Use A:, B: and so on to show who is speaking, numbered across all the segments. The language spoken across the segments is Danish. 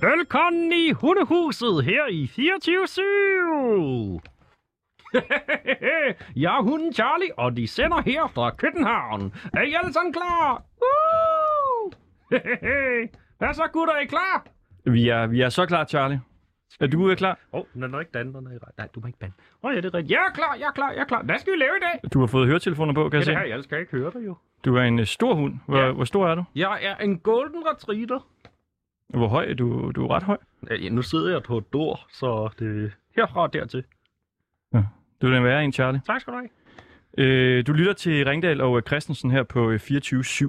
A: Velkommen i hundehuset her i 24 Jeg er hunden Charlie, og de sender her fra København. Er I alle sammen klar? Woo! Hvad så, gutter? Er I klar?
B: Vi er, vi er så klar, Charlie. Er du øh, klar?
A: Åh, oh, den er nok ikke dannet. Nej, du må ikke bande. Åh, oh, ja, det er rigtigt. Jeg er klar, jeg er klar, jeg er klar. Hvad skal vi lave i dag?
B: Du har fået høretelefoner på, kan jeg
A: Ja,
B: se.
A: det her, jeg skal ikke høre dig jo.
B: Du er en øh, stor hund. Hvor,
A: Ja.
B: hvor stor er du?
A: Jeg er en golden retriever.
B: Hvor høj? er Du, du er ret høj.
A: Ja, nu sidder jeg på et dår, så det herfra og dertil.
B: Du er den værre en, Charlie.
A: Tak skal du have.
B: Øh, du lytter til Ringdal og øh, Christensen her på øh, 24-7.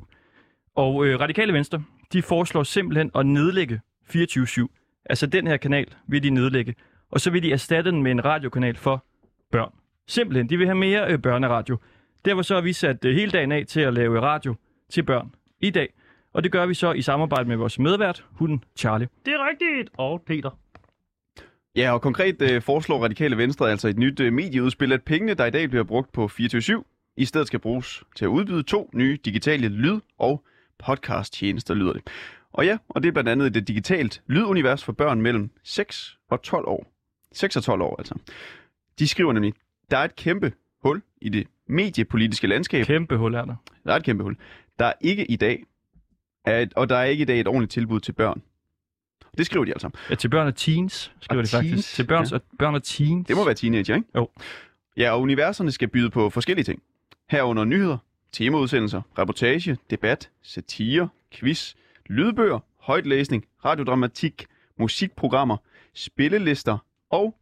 B: Og øh, Radikale Venstre, de foreslår simpelthen at nedlægge 24-7. Altså den her kanal vil de nedlægge. Og så vil de erstatte den med en radiokanal for børn. Simpelthen, de vil have mere øh, børneradio. Derfor så har vi sat øh, hele dagen af til at lave radio til børn i dag. Og det gør vi så i samarbejde med vores medvært, hunden Charlie.
A: Det er rigtigt. Og Peter.
C: Ja, og konkret øh, foreslår Radikale Venstre altså et nyt øh, medieudspil, at pengene, der i dag bliver brugt på 24-7, i stedet skal bruges til at udbyde to nye digitale lyd- og podcasttjenester, lyder det. Og ja, og det er blandt andet i det digitalt lydunivers for børn mellem 6 og 12 år. 6 og 12 år, altså. De skriver nemlig, der er et kæmpe hul i det mediepolitiske landskab.
B: Kæmpe hul er der.
C: Der er et kæmpe hul. Der er ikke i dag, er et, og der er ikke i dag et ordentligt tilbud til børn. Det skriver de altså.
B: Ja, til børn og teens, skriver
C: Og
B: de faktisk.
C: teens,
B: Til børn, ja. og, børn og teens.
C: Det må være teenager, ikke?
B: Jo.
C: Ja, og universerne skal byde på forskellige ting. Herunder nyheder, temaudsendelser, reportage, debat, satire, quiz, lydbøger, højtlæsning, radiodramatik, musikprogrammer, spillelister og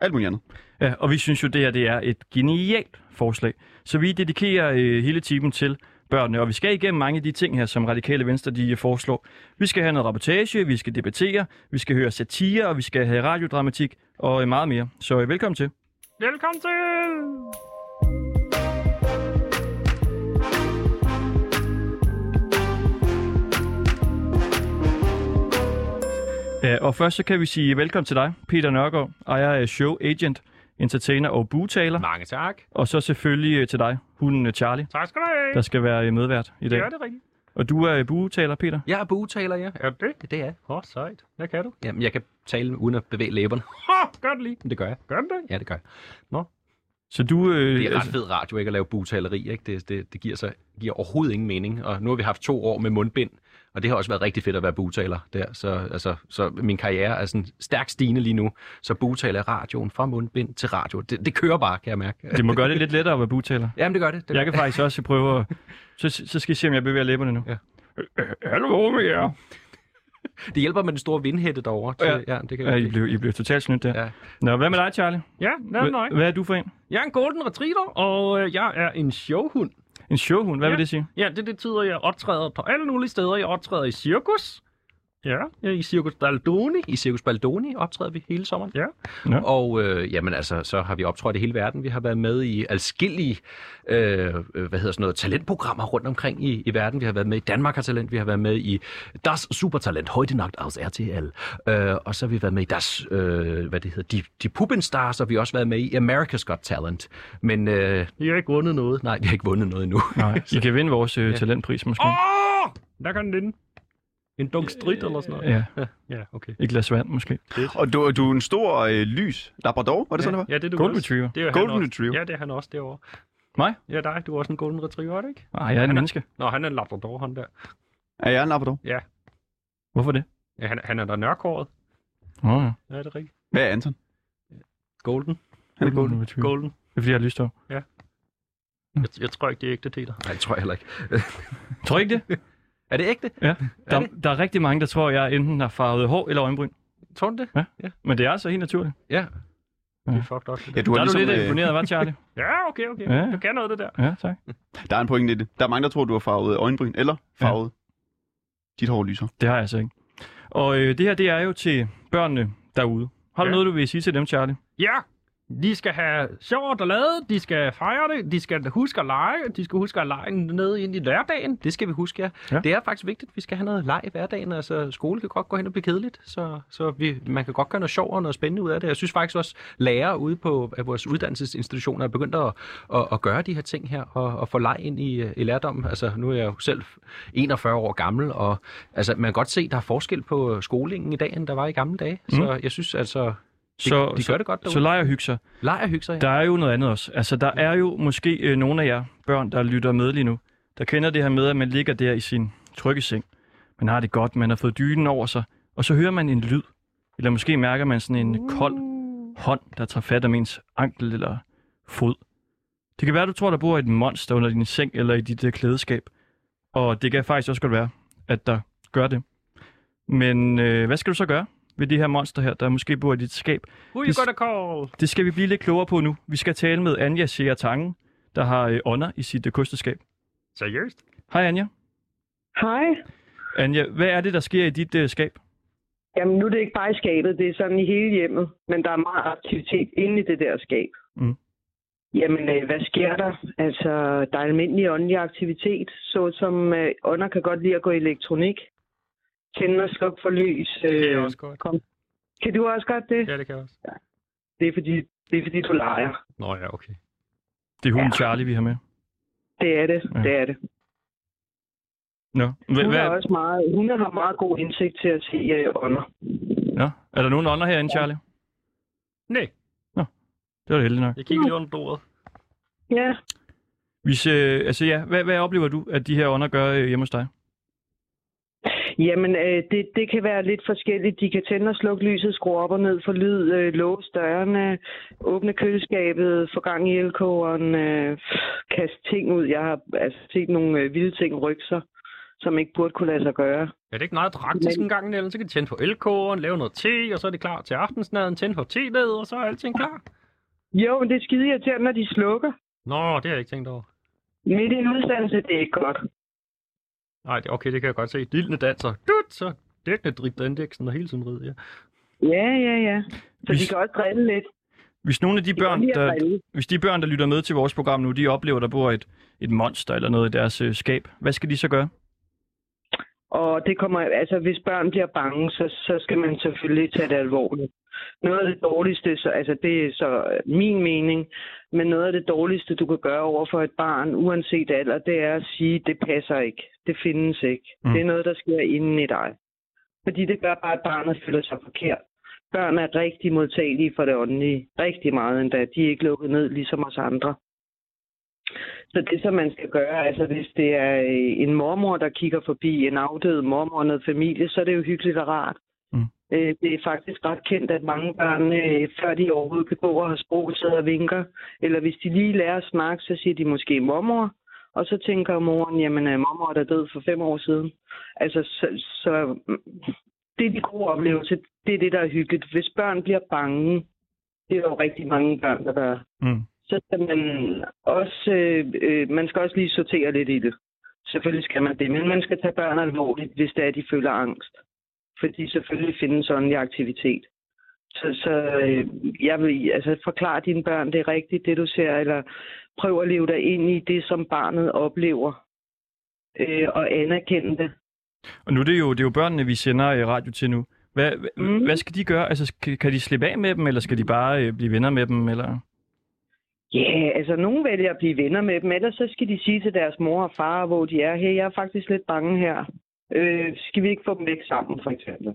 C: alt muligt andet.
B: Ja, og vi synes jo, det her det er et genialt forslag. Så vi dedikerer øh, hele timen til børnene, og vi skal igennem mange af de ting her, som Radikale Venstre de øh, foreslår. Vi skal have noget rapportage, vi skal debattere, vi skal høre satire, og vi skal have radiodramatik og øh, meget mere. Så øh, velkommen til.
A: Velkommen til!
B: Ja, og først så kan vi sige øh, velkommen til dig, Peter Nørgaard, ejer af Show Agent, entertainer og bugtaler.
A: Mange tak.
B: Og så selvfølgelig øh, til dig, hunden øh, Charlie,
A: Tak skal du have.
B: der skal være øh, medvært i dag.
A: Det er det rigtigt.
B: Og du er øh, bugtaler, Peter.
D: Jeg er bugtaler, ja.
A: Er det? Det er. Åh, oh, sejt. Hvad kan du?
D: Jamen, jeg kan tale uden at bevæge læberne.
A: Ha, gør det lige.
D: Men det gør jeg.
A: Gør det.
D: Ja, det gør jeg.
B: Så du... Øh,
D: Det er
B: altså-
D: ret fed radio, ikke, at lave bugtaleri, ikke? Det, det, det giver, sig, giver overhovedet ingen mening. Og nu har vi haft to år med mundbind, og det har også været rigtig fedt at være bugtaler der. Så, altså, så min karriere er sådan stærkt stigende lige nu. Så bugtaler er radioen fra mundbind til radio. Det, det kører bare, kan jeg mærke.
B: Det må gøre det lidt lettere at være bugtaler.
D: Jamen, det gør det. det gør.
B: Jeg kan faktisk også prøve at... Så, så skal jeg se, om jeg bevæger læberne nu.
D: Ja.
B: Øh, Hallo, med jer.
D: Det hjælper med den store vindhætte derovre. Til,
B: Ja.
D: ja. det kan
B: Ja, I
D: jeg.
B: blev, I blev totalt snydt der.
D: Ja.
B: Nå, hvad med dig, Charlie?
A: Ja, nej, nej.
B: Hva- Hvad er du for en?
A: Jeg er en golden retriever, og øh, jeg er en showhund.
B: En showhund, hvad
A: Ja.
B: vil det sige?
A: Ja, det betyder, at jeg optræder på alle mulige steder. Jeg optræder i cirkus. Ja, jeg er i Cirkus Baldoni.
D: I Circus Baldoni optræder vi hele sommeren.
A: Ja.
B: Nå.
D: Og øh, jamen altså, så har vi optrådt i hele verden. Vi har været med i alskillige, øh, øh, hvad hedder sådan noget, talentprogrammer rundt omkring i, i verden. Vi har været med i Danmark har Talent, vi har været med i Das Supertalent, Højdenacht aus RTL. Øh, og så har vi været med i Das, øh, hvad det hedder, De, De Puppenstars, og vi har også været med i America's Got Talent. Men øh,
A: Jeg har ikke vundet noget.
D: nej, vi har ikke vundet noget endnu.
B: Nej, I kan vinde vores øh, talentpris måske.
A: Åh! Der kan den inde. En dunk strid eller sådan noget.
B: Ja,
A: Ja, okay.
B: et glas vand måske.
C: Og du, du er en stor øh, lys Labrador, var det sådan, det var?
A: Ja, det er du
B: Golden
A: også.
B: Retriever.
A: Det er jo
C: Golden
A: han også.
C: Retriever.
A: Ja, det er han også derovre.
B: Mig?
A: Ja, dig. Du er også en golden retriever, er det ikke?
B: Nej, jeg er
A: Han er-
B: en menneske.
A: Nå, han er en labrador, han der.
C: Er jeg en Labrador?
B: Hvorfor det?
A: Ja, han, han er der nørkåret.
B: Åh, ja.
A: Ja, det er rigtigt.
C: Hvad er Anton?
A: Golden.
C: Han er golden.
B: Retriever.
A: Golden.
B: Det er fordi, jeg har lyst over.
A: Jeg, jeg tror ikke, det er ægte, Peter.
D: Nej, det tror jeg heller ikke.
B: Tror I ikke det?
D: Er det ægte?
B: Der, der er rigtig mange, der tror, jeg enten har farvet hår eller øjenbryn.
D: Tror du det?
B: Men det er altså helt naturligt.
D: Ja.
A: Det er fucked up. det
C: Ja,
A: der.
C: du
B: der
C: har
B: er du lidt
C: ligesom, øh,
B: imponeret, var Charlie?
A: Ja, okay, okay.
B: Ja.
A: Du kan noget af det der.
B: Ja, tak.
C: der er en pointe i det. Der er mange, der tror, du har farvet øjenbryn, eller farvet dit hår lyser.
B: Det har jeg altså ikke. Og øh, det her, det er jo til børnene derude. Har du
A: Ja.
B: noget, du vil sige til dem, Charlie?
A: Ja, De skal have sjovt og lade, de skal fejre det, de skal huske at lege, de skal huske at lege ned ind i hverdagen.
D: Det skal vi huske, ja.
B: Ja.
D: ja. Det er faktisk vigtigt, at vi skal have noget leg i hverdagen. Altså, skole kan godt gå hen og blive kedeligt, så, så vi, man kan godt gøre noget sjovt og noget spændende ud af det. Jeg synes faktisk også, lærere ude på af vores uddannelsesinstitutioner er begyndt at, at, at gøre de her ting her og, og få leg ind i, øh, i lærdommen. Altså, nu er jeg jo selv 41 år gammel, og altså, man kan godt se, at der er forskel på skolingen i dag, end der var i gamle dage. Mm. Så jeg synes altså, de,
B: Så,
D: de
B: så,
D: gør det godt
B: så
D: derude.
B: leg og hygge sig.
D: Leg og hygge sig.
B: Der er jo noget andet også. Altså, der er jo måske øh, nogle af jer børn, der lytter med lige nu, der kender det her med, at man ligger der i sin trygge seng. Man har det godt, man har fået dynen over sig, og så hører man en lyd. Eller måske mærker man sådan en kold hånd, der tager fat om ens ankel eller fod. Det kan være, du tror, der bor et monster under din seng eller i dit øh, klædeskab. Og det kan faktisk også godt være, at der gør det. Men øh, hvad skal du så gøre ved de her monster her, der måske bor i dit skab?
A: Who you
B: Hvis-
A: gonna call?
B: Det skal vi blive lidt klogere på nu. Vi skal tale med Anja Sjære Tangen, der har øh, ånder i sit øh, kosteskab.
A: Seriøst?
B: Hej Anja.
E: Hej.
B: Anja, hvad er det, der sker i dit øh, skab?
E: Jamen, nu er det ikke bare i skabet, det er sådan i hele hjemmet, men der er meget aktivitet inde i det der skab.
B: Mm.
E: Jamen, øh, hvad sker der? Altså, der er almindelig åndelig aktivitet, såsom øh, ånder kan godt lide at gå i elektronik, tænde og slukke for lys.
A: Det kan jeg
E: øh,
A: også godt.
E: kan du også godt det?
A: Ja, det kan jeg også.
E: Det er fordi, det er fordi du leger.
A: Nå ja, okay.
B: Det er hunden ja.
E: Ja.
B: Charlie, vi har med.
E: Det er det,
B: Ja.
E: ja. det er det.
B: Nå, hva,
E: Hun, er
B: hvad,
E: også meget, hun har meget god indsigt til at se øh, ånder.
B: nå, er der nogen ånder herinde, Charlie?
A: Nej,
B: Det var det heldigt nok.
A: jeg kigger lige under bordet.
E: Ja,
B: Hvis, øh, altså ja, hvad, hvad oplever du, at de her ånder gør øh, hjemme hos dig?
E: Jamen, øh, det, det kan være lidt forskelligt. De kan tænde og slukke lyset, skrue op og ned for lyd, øh, låse dørene, åbne køleskabet, få gang i elkogeren, øh, kaste ting ud. Jeg har altså, set nogle øh, vilde ting rykke sig, som ikke burde kunne lade sig gøre.
A: Er det ikke meget praktisk en gang imellem? Så kan de tænde på elkåren, lave noget te, og så er det klar til aftensmaden, tænde på te ned, og så er alting klar.
E: Jo, men det er skide irriterende, når de slukker.
A: Nå, det har jeg ikke tænkt over.
E: Midt i en udsendelse, det er ikke godt.
A: Nej, det- okay, det kan jeg godt se. Dildene danser. Dut, så dækkene drigt indeksen og hele tiden rid, ja.
E: Ja, ja, ja. Så
B: Hvis-
E: de kan også drille lidt.
B: Hvis nogle af de
E: De kan
B: børn,
E: lide at
B: der,
E: drille.
B: hvis de børn, der lytter med til vores program nu, de oplever, der bor et, et monster eller noget i deres øh, skab, hvad skal de så gøre?
E: Og det kommer, altså hvis børn bliver bange, så, så skal man selvfølgelig tage det alvorligt. Noget af det dårligste, så, altså det er så min mening, men noget af det dårligste, du kan gøre over for et barn, uanset alder, det er at sige, det passer ikke. Det findes ikke.
B: Mm.
E: Mm. Det er noget, der sker inden i dig. Fordi det gør bare, at barnet føler sig forkert. Børn er rigtig modtagelige for det åndelige. Rigtig meget endda. De er ikke lukket ned, ligesom os andre. Så det, som man skal gøre, altså hvis det er øh, en mormor, der kigger forbi en afdød mormor og noget familie, så er det jo hyggeligt og rart.
B: Mm.
E: Øh, Det er faktisk ret kendt, at mange børn, øh, før de overhovedet kan gå og har sprog, sidder og vinker. Eller hvis de lige lærer at snakke, så siger de måske mormor. Og så tænker moren, jamen øh, mormor er da død for fem år siden. Altså, så, så mm, det er de gode oplevelser. Det er det, der er hyggeligt. Hvis børn bliver bange, det er der jo rigtig mange børn, der gør
B: Mm.
E: så skal man også, øh, øh, man skal også lige sortere lidt i det. Selvfølgelig skal man det, men man skal tage børn alvorligt, hvis det er, de føler angst. Fordi selvfølgelig findes åndelig aktivitet. Så, så øh, jeg vil altså forklare dine børn, det er rigtigt, det du ser, eller prøv at leve dig ind i det, som barnet oplever, øh, og anerkende det.
B: Og nu er det jo, det er jo børnene, vi sender øh, radio til nu. Hvad, mm.
E: Mm.
B: hvad skal de gøre? Altså, skal, kan de slippe af med dem, eller skal de bare øh, blive venner med dem? Eller?
E: Ja, yeah, altså nogen vælger at blive venner med dem, ellers så skal de sige til deres mor og far, hvor de er. Hey, jeg er faktisk lidt bange her. Øh, skal vi ikke få dem væk sammen, for eksempel?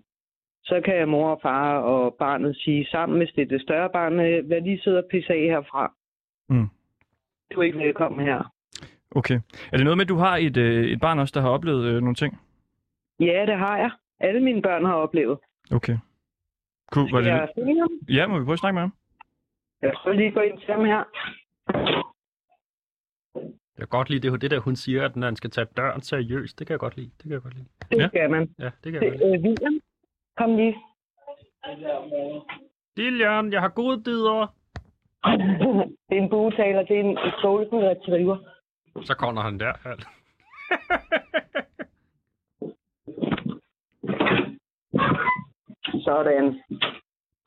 E: Så kan mor og far og barnet sige sammen, hvis det er det større barn, øh, hvad lige sidder og pisser af herfra.
B: Mm.
E: Du er ikke velkommen her.
B: Okay. Er det noget med, at du har et, øh, et barn også, der har oplevet øh, nogle ting?
E: Ja, det har jeg. Alle mine børn har oplevet.
B: Okay. Cool, var
E: Skal jeg
B: det...
E: finde ham?
B: Ja, må vi prøve at snakke med ham?
E: Jeg prøver lige at gå ind til ham her.
A: Jeg kan godt lide det, det der, hun siger, at man skal tage døren seriøst. Det kan jeg godt lide. Det kan jeg godt lide.
E: Det
B: Ja.
E: ja. skal man.
A: Ja, det kan jeg
E: Det,
A: godt lide.
E: øh, William, kom lige.
A: Dillian, jeg har gode dider.
E: det er en bugetaler, det er en en golden retriever.
A: Så kommer han der. alt.
E: Sådan.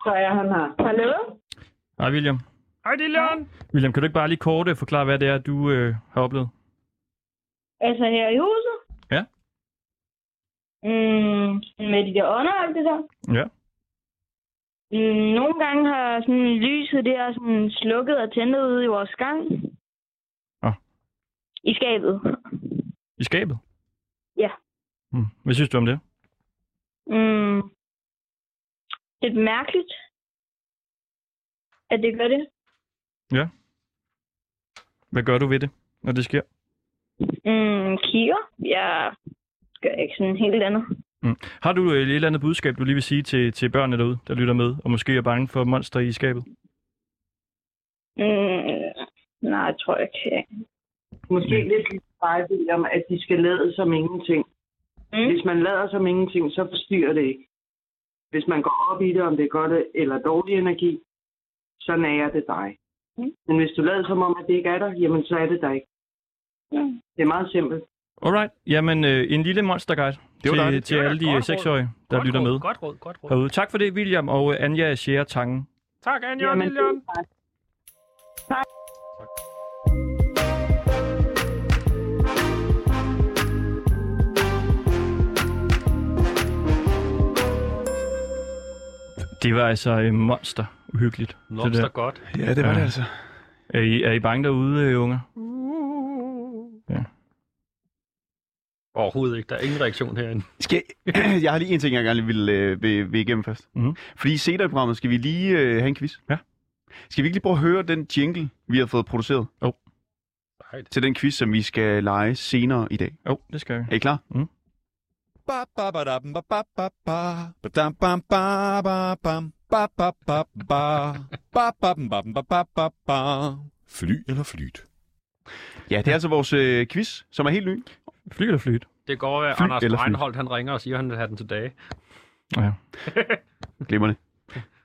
E: Så er han her. Hallo?
B: Hej, William.
A: Hej, Dylan.
B: William, kan du ikke bare lige kort øh, forklare, hvad det er, du øh, har oplevet?
F: Altså her i huset?
B: Ja.
F: Mm, med de der ånder og alt det der.
B: Ja.
F: Mm, nogle gange har sådan lyset der sådan slukket og tændet ude i vores gang.
B: Nå.
F: I skabet.
B: I skabet?
F: Ja.
B: Hmm. Hvad synes du om det?
F: Mm, lidt mærkeligt, at det gør det.
B: Hvad gør du ved det, når det sker?
F: Mm, kigger. Jeg gør ikke sådan helt andet.
B: Har du øh, et eller andet budskab, du lige vil sige til, til børnene derude, der lytter med, og måske er bange for monster i skabet?
F: Mm, nej, jeg tror jeg ikke.
E: Øh, Måske lidt ligesom dig, William, at de skal lade som ingenting.
F: Mm.
E: Hvis man lader som ingenting, så forstyrrer det ikke. Hvis man går op i det, om det er godt eller dårlig energi, så nærer det dig.
F: Mm.
E: Men hvis du lader som om, at det ikke er der, jamen så er det der ikke.
F: Mm.
E: Det er meget simpelt.
B: Alright. Jamen, øh, en lille monsterguide
C: Det var
B: til,
C: dejligt.
B: til
A: Det var
B: alle
A: da
B: de øh,
A: godt råd.
B: seksårige, der
A: Godt
B: lytter
A: råd,
B: med
A: Godt råd, godt råd.
B: herude. Tak for det, William og øh, Anja Scherer Tangen.
A: Tak, Anja og
E: Jamen,
A: Dylan.
B: Det var altså øh, monster uhyggeligt. Det
D: Lobster
B: der.
D: godt.
C: Ja, det var
B: Ja.
C: det altså.
B: Er I, er I bange derude, øh, unger?
D: Overhovedet ikke. Der er ingen reaktion herinde.
C: Skal jeg, jeg har lige en ting, jeg gerne lige vil, øh, vil, vil igennem først.
B: Mhm.
C: Mm-hmm. Fordi senere i programmet skal vi lige øh, have en quiz.
B: Ja.
C: Skal vi ikke lige prøve at høre den jingle, vi har fået produceret
D: Nej, det
C: til den quiz, som vi skal lege senere i dag?
B: Jo, oh, det skal vi.
C: Er I klar?
G: Ba ba ba da ba ba ba ba ba da ba ba ba bam. ba ba ba ba ba ba ba ba ba ba ba Fly eller flyt?
C: Ja, det er altså vores øh, quiz, som er helt ny.
B: Fly eller flyt?
D: det går at
C: Fly
D: Anders
C: eller fly?
D: Reinholdt, han ringer og siger, at han vil have den tilbage.
C: Glimrende.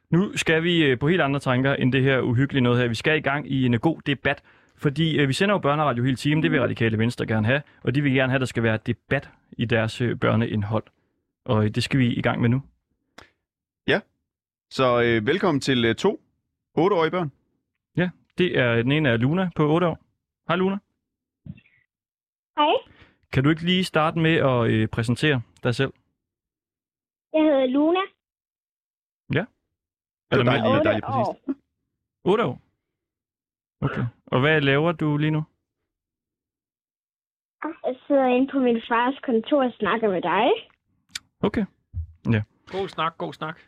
B: Nu skal vi øh, på helt andre tanker end det her uhyggelige noget her. Vi skal i gang i en øh, god debat, fordi øh, vi sender jo børneradio hele timen. Det vil Radikale Venstre gerne have, og de vil gerne have, at der skal være debat i deres øh, børneindhold. Og øh, det skal vi i gang med nu.
C: Så øh, velkommen til øh, to 8-årige børn.
B: Det er den ene er Luna på 8 år. Hej Luna.
F: Hej,
B: Kan du ikke lige starte med at øh, præsentere dig selv?
F: jeg hedder Luna.
C: Det var
B: Eller
C: dejligt,
B: med-
C: det var dejligt præcis.
B: 8 år? Okay. Og hvad laver du lige nu?
F: Jeg sidder inde på min fars kontor og snakker med dig.
B: Okay.
D: God snak, god snak.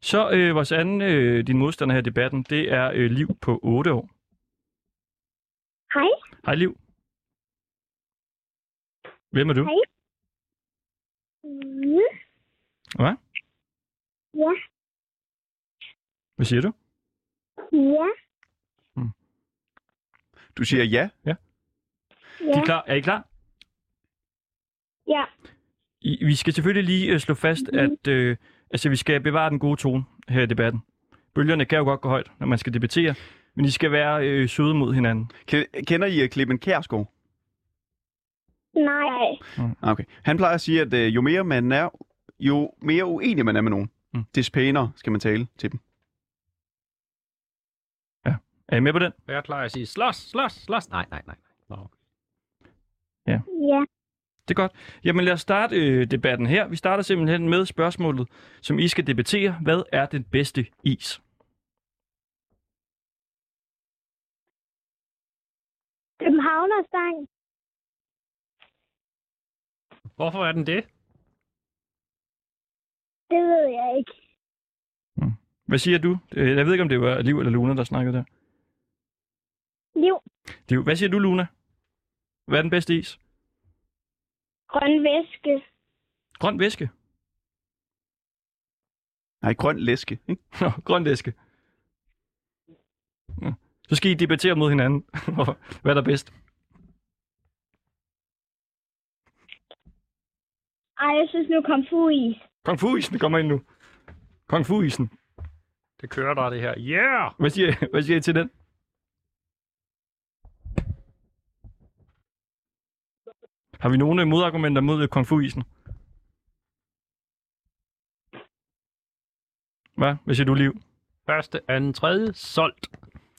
B: Så øh, vores anden, øh, din modstander her i debatten, det er øh, Liv på 8 år.
F: Hej.
B: Hej Liv. Hvem er du?
F: Hej. Mm.
B: Hvad?
F: Ja,
B: Hvad siger du?
F: ja,
C: Du siger ja.
B: De
F: ja,
B: er, klar. er I klar?
F: ja. Mhm.
B: I, vi skal selvfølgelig lige øh, slå fast, at øh, altså, vi skal bevare den gode tone her i debatten. Bølgerne kan jo godt gå højt, når man skal debattere, men I skal være øh, søde mod hinanden.
C: Ke- Kender I øh, Clemen Kjærsgaard?
F: Nej.
C: Ah, Okay. Han plejer at sige, at øh, jo mere man er, jo mere uenig man er med nogen,
B: Mm.
C: mm. des pænere skal man tale til dem.
B: Er I med på den?
D: Og jeg plejer at sige, slås, slås, slås. Nej, nej, nej. nej. Nå.
F: Ja,
B: Det er godt. Jamen lad os starte øh, debatten her. Vi starter simpelthen med spørgsmålet, som I skal debattere. Hvad er den bedste is?
F: Københavnerstang.
D: Hvorfor er den det?
F: Det ved jeg ikke.
B: Hvad siger du? Øh, Jeg ved ikke, om det var Liv eller Luna, der snakkede der.
F: Liv,
B: Liv, hvad siger du, Luna? Hvad er den bedste is?
F: grøn væske.
B: Grøn væske.
C: Nej, grøn læske. Ikke?
B: Nå, grøn væske. Nå. Så skal I debattere mod hinanden, og hvad der er bedst.
F: Ej, jeg synes nu kom fu i.
B: Kung Fu-isen kommer ind nu. Kung Fu-isen.
D: Det kører der, det her. Yeah!
B: Hvad siger, hvad siger I til den? Har vi nogle øh, modargumenter mod øh, Kung Fu-isen? Hvad? Hvad siger du, Liv?
D: Første, anden, tredje, solgt.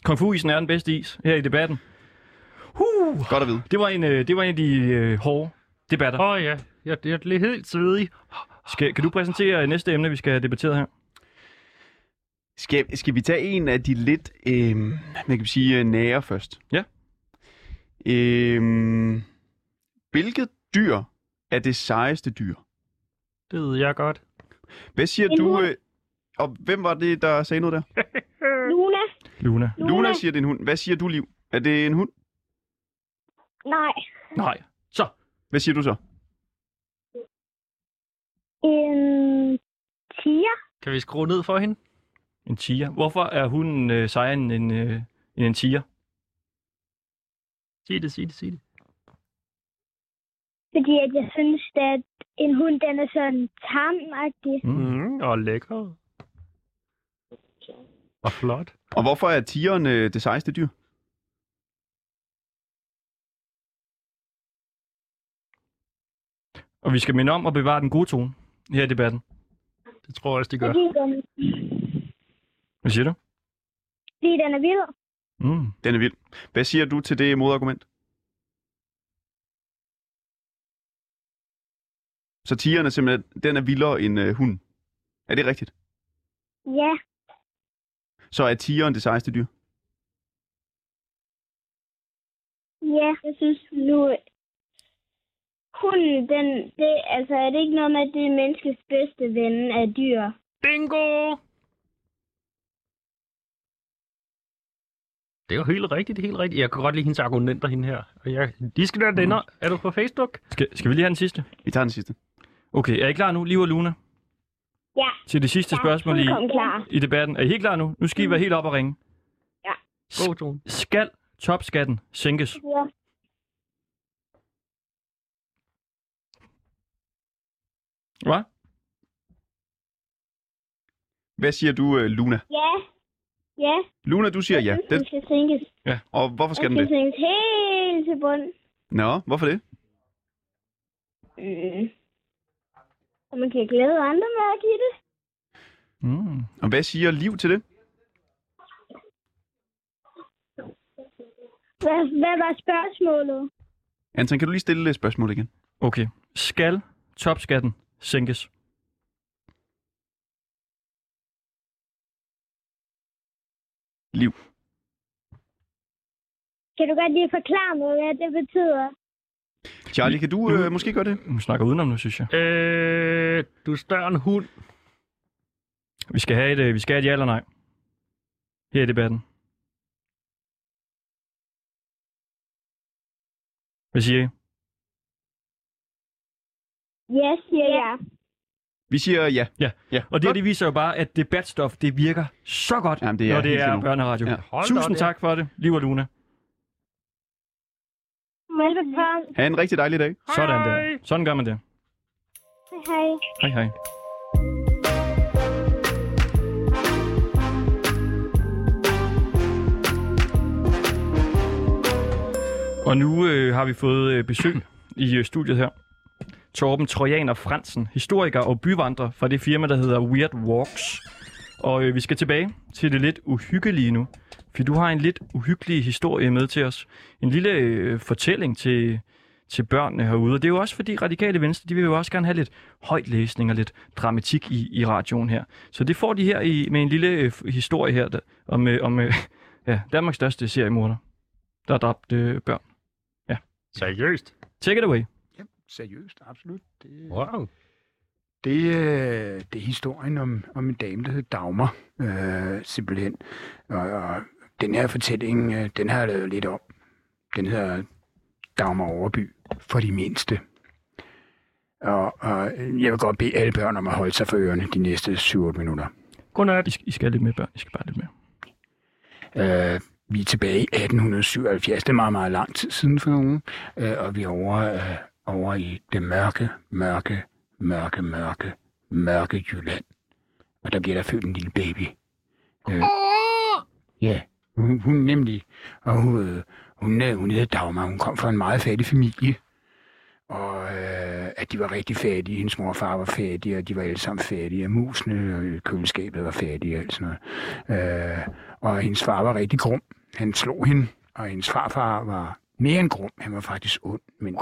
B: Kung Fu-isen er den bedste is her i debatten. Uh,
C: Godt at vide.
B: det, var en, øh, det var en af de øh, hårde debatter.
A: Åh oh, ja, jeg, jeg blev helt svedig.
B: Skal, kan du præsentere næste emne, vi skal have debatteret her?
C: Skal, skal vi tage en af de lidt, øh, hvad kan vi sige, øh, nære først?
B: Ja.
C: Øh, hvilket dyr er det sejeste dyr?
A: Det ved jeg godt.
C: Hvad siger
F: En
C: du?
F: hund.
C: Øh, og hvem var det, der sagde noget der?
B: øh?
F: Luna?
B: Luna.
F: Luna.
C: Luna siger, det er en hund. Hvad siger du, Liv? Er det en hund?
F: Nej.
B: Nej.
C: Hvad siger du så?
F: En tiger?
A: Kan vi skrue ned for hende?
B: En tiger. Hvorfor er hunden øh, sejere end en, øh, end en tiger?
A: Sig det, sig det, sig det.
F: Fordi at jeg synes, at en hund, den er sådan tamagtig.
C: Mm-hmm.
A: Mm, og lækker. Og flot.
C: Og hvorfor er tigeren øh, det sejeste dyr?
B: Og vi skal minde om at bevare den gode tone her i debatten.
A: Det tror jeg også, de gør.
F: Fordi den,
B: Hvad siger du?
F: fordi den er vild.
B: Mm.
C: Den er vild. Hvad siger du til det modargument? Så tigeren er simpelthen, den er vildere end øh, hunden. Er det rigtigt?
F: Ja.
C: Så er tigeren det sejeste dyr?
F: Ja, jeg synes nu, hunden, den, det, altså er det ikke noget med, at det er menneskets bedste ven af dyr?
A: Bingo! Det er jo helt rigtigt, det er helt rigtigt. Jeg kan godt lide hendes argumenter, hende her. Og jeg, de skal være denner.
B: Mm.
A: Er du på Facebook?
B: Skal, skal vi lige have den sidste?
C: Vi tager den sidste.
B: Okay, er I klar nu, Liv og Luna?
F: Ja.
B: Til det sidste spørgsmål i,
F: Kom klar.
B: i debatten. Er I helt klar nu? Nu skal I være helt op og ringe.
A: Mm. God tone.
B: Skal topskatten sænkes?
F: Ja.
B: Hvad?
C: Hvad siger du, øh, Luna?
F: Ja. Ja.
C: Luna, du siger ja.
F: Jeg synes,
C: Den,
F: Den skal sænkes.
C: og hvorfor skal
F: Den
C: den
F: skal
C: det?
F: sænkes helt til bunden.
C: Nå, hvorfor det?
F: Mm. Så man kan glæde andre med at give det.
B: Mm.
C: Og hvad siger Liv til det?
F: Hvad, hvad var spørgsmålet?
C: Anton, kan du lige stille øh, spørgsmålet igen?
B: Okay. Skal topskatten sænkes?
C: Liv.
F: Kan du godt lige forklare mig, hvad det betyder?
C: Charlie, kan du øh, måske gøre det?
B: Nu snakker jeg udenom nu, synes jeg.
A: Øh, du er større end hund.
B: Vi skal have et, øh, vi skal have et ja eller nej. Her i debatten. Hvad siger I?
F: Ja, siger ja. jeg.
C: Vi siger ja.
B: Ja.
C: ja.
B: Og det, her, det viser jo bare, at debatstof, det virker så godt,
C: Jamen, det er
B: når det
C: helt
B: er
C: enormt.
B: børneradio.
C: Ja.
B: Ja.
A: Hold da op,
B: Tusind
A: ja.
B: tak for det, Liv og Luna.
F: Velbekomme.
C: Ha' en rigtig dejlig dag.
B: Sådan der.
A: Hej.
B: Sådan gør man det.
F: Hej,
B: Hej
F: Hej.
B: hej. Og nu øh, har vi fået øh, besøg i øh, studiet her. Torben Trojaner Fransen, historiker og byvandrer fra det firma, der hedder Weird Walks. Og øh, vi skal tilbage til det lidt uhyggelige nu, for du har en lidt uhyggelig historie med til os. En lille øh, fortælling til, til børnene herude. Og det er jo også fordi radikale venstre, de vil jo også gerne have lidt højt læsning og lidt dramatik i, i radioen her. Så det får de her i, med en lille øh, f- historie her der, om, øh, om øh, ja, Danmarks største seriemorder, der har dræbt øh, børn.
A: Seriøst?
B: Take it away.
H: Ja, seriøst, absolut. Det, øh,
A: Wow.
H: det, øh, det er historien om, om en dame, der hed Dagmar, øh, simpelthen. Og, og den her fortælling, øh, den har jeg lavet lidt om. Den hedder Dagmar Overby for de mindste. Og, og jeg vil godt bede alle børn om at holde sig for ørerne de næste 7-8 minutter.
A: Godnat.
B: I, skal- I skal have lidt mere børn. I skal bare lidt mere.
H: Øh, vi er tilbage i 1877, det er meget, meget lang tid siden for nogen, øh, og vi er over, øh, over i det mørke, mørke, mørke, mørke, mørke Jylland. Og der bliver der født en lille baby. Øh, ja, hun, hun nemlig, og hun, øh, hun, øh, hun hed Dagmar, hun kom fra en meget fattig familie. Og øh, at de var rigtig fattige, hendes mor og far var fattige, og de var alle sammen fattige, og musene og køleskabet var fattige og alt sådan noget. Øh, og hendes far var rigtig grum. Han slog hende, og hendes farfar var mere end grum. Han var faktisk ond, men...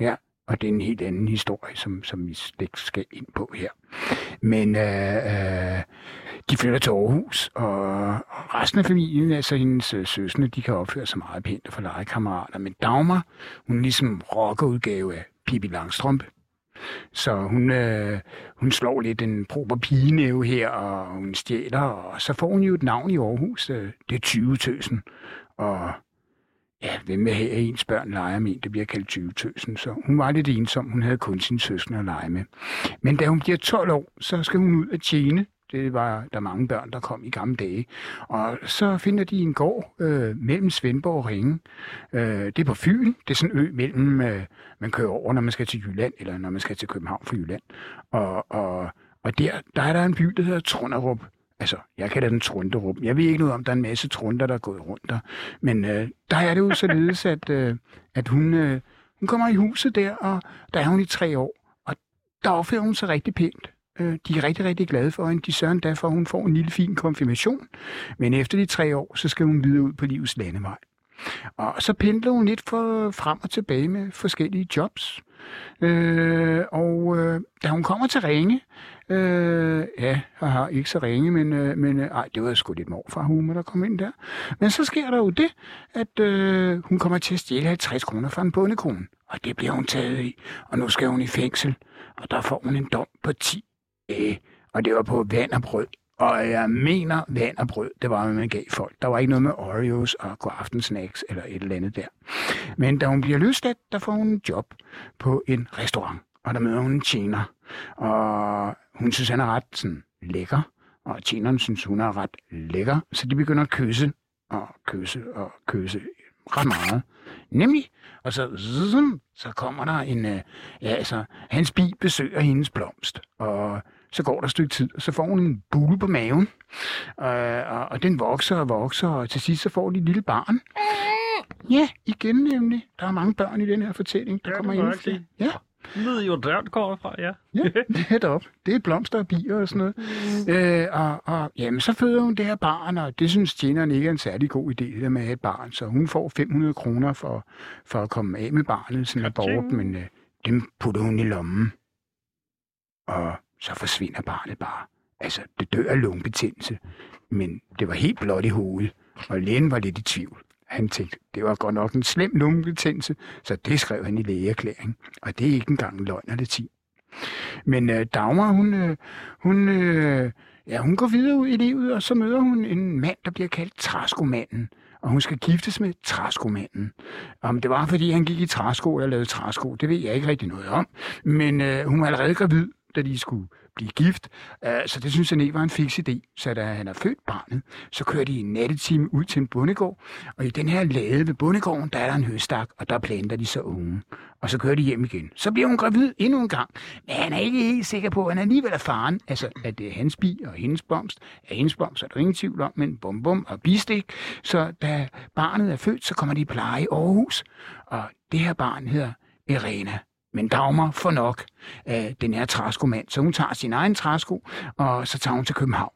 H: Ja, og det er en helt anden historie, som, som vi slet ikke skal ind på her. Men øh, øh, de flytter til Aarhus, og, og resten af familien, altså hendes øh, søsne, de kan opføre sig meget pænt og få legekammerater. Men Dagmar, hun er ligesom rockerudgave af Pippi Langstrømpe. Så hun, øh, hun slår lidt en proper pigenæve her, og hun stjæler, og så får hun jo et navn i Aarhus. Øh, det er 20-tøsen. Og ja, hvem vil have, at ens børn leger med en, det bliver kaldt 20-tøsen. Så hun var lidt ensom, hun havde kun sin søskende at lege med. Men da hun bliver 12 år, så skal hun ud og tjene. Det var der mange børn, der kom i gamle dage. Og så finder de en gård øh, mellem Svendborg og Ringe. Øh, det er på Fyn. Det er sådan en ø mellem, øh, man kører over, når man skal til Jylland, eller når man skal til København fra Jylland. Og, og, og der, der er der en by, der hedder Trunderup. Altså, jeg kalder den Trunderup. Jeg ved ikke noget om, der er en masse trunder, der er gået rundt der. Men øh, der er det jo således, at, øh, at hun, øh, hun kommer i huset der, og der er hun i tre år. Og der opfører hun sig rigtig pænt. Øh, de er rigtig, rigtig glade for hende. De sørger endda for, at hun får en lille fin konfirmation. Men efter de tre år, så skal hun videre ud på livets landevej. Og så pendler hun lidt for, frem og tilbage med forskellige jobs. Øh, og øh, da hun kommer til Ringe, øh, ja, haha, ikke så Ringe, men, øh, men øh, ej, det var sgu lidt morfar humor, der kom ind der. Men så sker der jo det, at øh, hun kommer til at stjæle 50 kroner fra en bondekone. Og det bliver hun taget i, og nu skal hun i fængsel. Og der får hun en dom på 10 dage, Øh, og det var på vand og brød. Og jeg mener vand og brød, det var, hvad man gav folk. Der var ikke noget med Oreos og godaftensnacks eller et eller andet der. Men da hun bliver løsladt, der får hun en job på en restaurant. Og der møder hun en tjener. Og hun synes, han er ret sådan, lækker. Og tjeneren synes, hun er ret lækker. Så de begynder at kysse og kysse og kysse ret meget. Nemlig, og så, zzz, så kommer der en, øh, ja, altså, hans bi besøger hendes blomst, og så går der et stykke tid, og så får hun en bule på maven, øh, og, og den vokser og vokser, og til sidst så får de et lille barn. Ja, igen nemlig. Der er mange børn i den her fortælling. Der
A: Ja,
H: kommer
A: det må
H: endnu
A: jeg
H: flere.
A: sige.
H: Ja.
A: Lyd jo dræbt kommer fra, ja.
H: Ja, netop. Det er blomster og bier og sådan noget. Øh, og, og jamen, så føder hun det her barn, og det synes tjeneren ikke er en særlig god idé, det der med at have et barn. Så hun får 500 kroner for, for at komme af med barnet, sådan abort, men øh, dem putter hun i lommen. Og så forsvinder barnet bare. Altså, det dør af lungebetændelse, men det var helt blåt i hovedet, og lægen var lidt i tvivl. Han tænkte, det var godt nok en slem lungebetændelse, så det skrev han i lægeerklæring. Og det er ikke engang en løgn og latin. Men øh, Dagmar, hun, øh, hun, øh, ja, hun går videre ud i livet, og så møder hun en mand, der bliver kaldt Traskomanden. Og hun skal giftes med Traskomanden. Om det var, fordi han gik i træsko eller lavede træsko, det ved jeg ikke rigtig noget om. Men øh, hun var allerede gravid, da de skulle blive gift. Øh, så det synes han ikke var en fiks idé. Så da han har født barnet, så kører de i en nattetime ud til en bondegård. Og i den her lade ved bondegården, der er der en høstak, og der planter de så unge. Og så kører de hjem igen. Så bliver hun gravid endnu en gang. Men han er ikke helt sikker på, at han alligevel er faren. Altså, at det er hans bi og hendes blomst. Er hendes blomst, er der ingen tvivl om, men bum bum og bistik. Så da barnet er født, så kommer de i pleje i Aarhus. Og det her barn hedder Irena. Men Dagmar får nok af den her træskomand, så hun tager sin egen træsko, og så tager hun til København.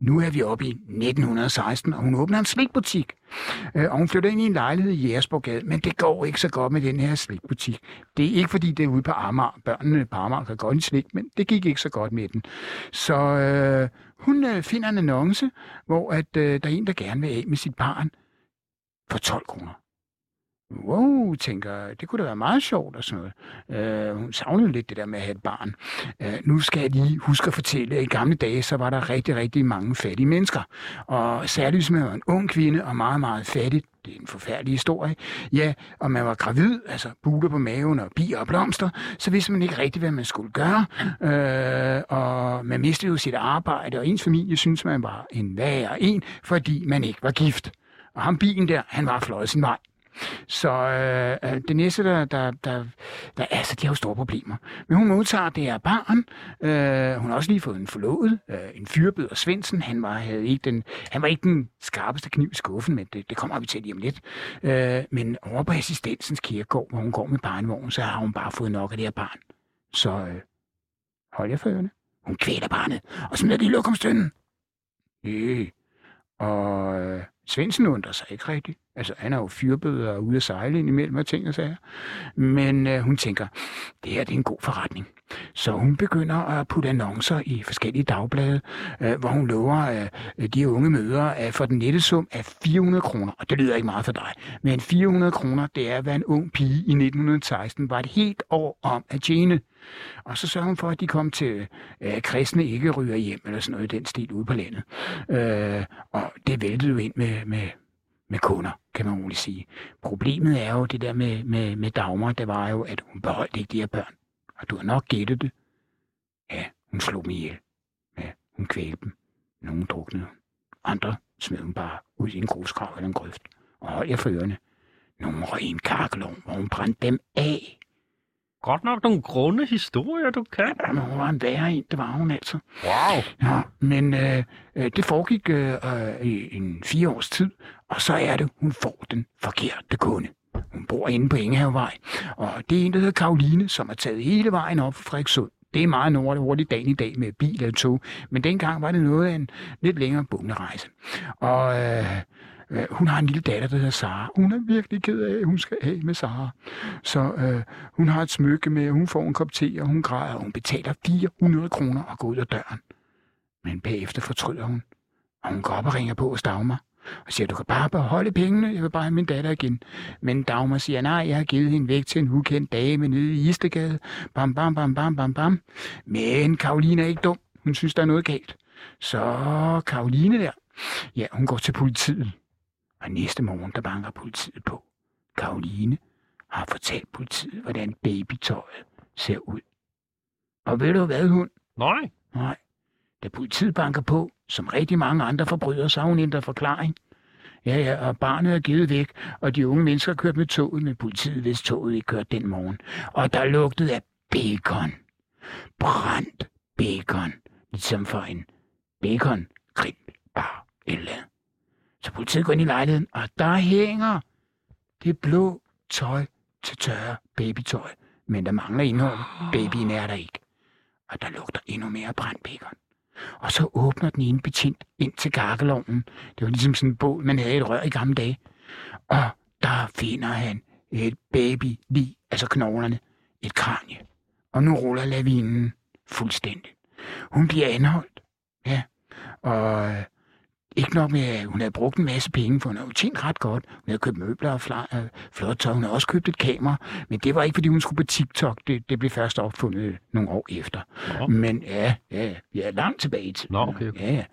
H: Nu er vi oppe i 1916, og hun åbner en slikbutik. Øh, Og hun flytter ind i en lejlighed i Jægersborggade, men det går ikke så godt med den her slikbutik. Det er ikke fordi, det er ude på Amager. Børnene på Amager kan godt lide slik, men det gik ikke så godt med den. Så øh, hun øh, finder en annonce, hvor at, øh, der er en, der gerne vil af med sit barn for 12 kroner. Wow, tænker jeg, det kunne da være meget sjovt og sådan noget. Øh, hun savnede lidt det der med at have et barn. Øh, nu skal jeg lige huske at fortælle, at i gamle dage, så var der rigtig, rigtig mange fattige mennesker. Og særligt hvis man var en ung kvinde og meget, meget fattig, det er en forfærdelig historie, ja, og man var gravid, altså buler på maven og bier og blomster, så vidste man ikke rigtigt, hvad man skulle gøre. Øh, og man mistede jo sit arbejde, og ens familie syntes, man var en værre en, fordi man ikke var gift. Og ham bien der, han var fløjet sin vej. Så øh, øh, det næste, der, der, der, der altså, de har jo store problemer. Men hun modtager det her barn. Øh, hun har også lige fået en forlovet, øh, en fyrbøder Svendsen. Han var, havde ikke den, han var ikke den skarpeste kniv i skuffen, men det, det kommer vi til lige om lidt. Øh, men over på assistensens kirkegård, hvor hun går med barnevognen, så har hun bare fået nok af det her barn. Så øh, hold jer for ørerne. Hun kvæler barnet, og smider det i lokumstønden. Øh. Og øh, Svendsen undrer sig ikke rigtigt. Altså, han er jo fyrbøder og ude at sejle indimellem og ting og sager. Men øh, hun tænker, det her det er en god forretning. Så hun begynder at putte annoncer i forskellige dagblade, øh, hvor hun lover øh, de unge mødre øh, for den nette sum af 400 kroner. Og det lyder ikke meget for dig, men 400 kroner, det er, hvad en ung pige i 1916 var et helt år om at tjene. Og så sørger hun for, at de kom til, øh, at kristne ikke ryger hjem, eller sådan noget i den stil ude på landet. Øh, og det væltede jo ind med, med, med kunder, kan man roligt sige. Problemet er jo det der med, med, med Dagmar, det var jo, at hun beholdt ikke de her børn. Og du har nok gættet det. Ja, hun slog dem ihjel. Ja, hun kvælte dem. Nogle druknede. Andre smed dem bare ud i en grusgrav eller en grøft. Og hold jer for ørerne. Nogle røg i en kakkelovn, hvor hun brændte dem af.
A: Godt nok nogle grunde historier, du kan.
H: Jamen, hun var en værre en, det var hun altså.
A: Wow.
H: Ja, men øh, øh, det foregik øh, øh, i en fire års tid, og så er det, hun får den forkerte kunde. Hun bor inde på Ingehavevej, og det er en, der hedder Karoline, som har taget hele vejen op fra Frederikssund. Det er meget nord- hurtigt dagen i dag med bil eller tog, men dengang var det noget af en lidt længere bumlerejse. Og øh, øh, hun har en lille datter, der hedder Sara. Hun er virkelig ked af, at hun skal af med Sara. Så øh, hun har et smykke med, og hun får en kop te, og hun græder, og hun betaler 400 kroner og går ud af døren. Men bagefter fortryder hun, og hun går op og ringer på hos Dagmar og siger, du kan bare beholde pengene, jeg vil bare have min datter igen. Men Dagmar siger, nej, jeg har givet hende væk til en ukendt dame nede i Istegade. Bam, bam, bam, bam, bam, bam. Men Karoline er ikke dum. Hun synes, der er noget galt. Så Karoline der, ja, hun går til politiet. Og næste morgen, der banker politiet på. Karoline har fortalt politiet, hvordan babytøjet ser ud. Og ved du hvad, hun?
A: Nej.
H: Nej. Da politiet banker på, som rigtig mange andre forbrydere, så har hun ændret forklaring. Ja, ja, og barnet er givet væk, og de unge mennesker kørte med toget, men politiet vidste toget ikke kørte den morgen. Og der lugtede af bacon. Brændt bacon. Ligesom for en bacon grill bar eller andet. Så politiet går ind i lejligheden, og der hænger det blå tøj til tørre babytøj. Men der mangler indhold. Babyen er der ikke. Og der lugter endnu mere brændt bacon. Og så åbner den ene betjent ind til kakkelovnen. Det var ligesom sådan en bål, man havde i et rør i gamle dage. Og der finder han et baby lige, altså knoglerne, et kranje. Og nu ruller lavinen fuldstændig. Hun bliver anholdt. Ja. Og øh, ikke nok med, at hun havde brugt en masse penge, for hun havde jo tjent ret godt. Hun havde købt møbler og fla- øh, flot tøj. Hun havde også købt et kamera. Men det var ikke, fordi hun skulle på TikTok. Det, det blev først opfundet nogle år efter.
A: Nå.
H: Men ja, ja, ja, langt tilbage i tiden.
A: Nå, okay, okay.
H: Ja,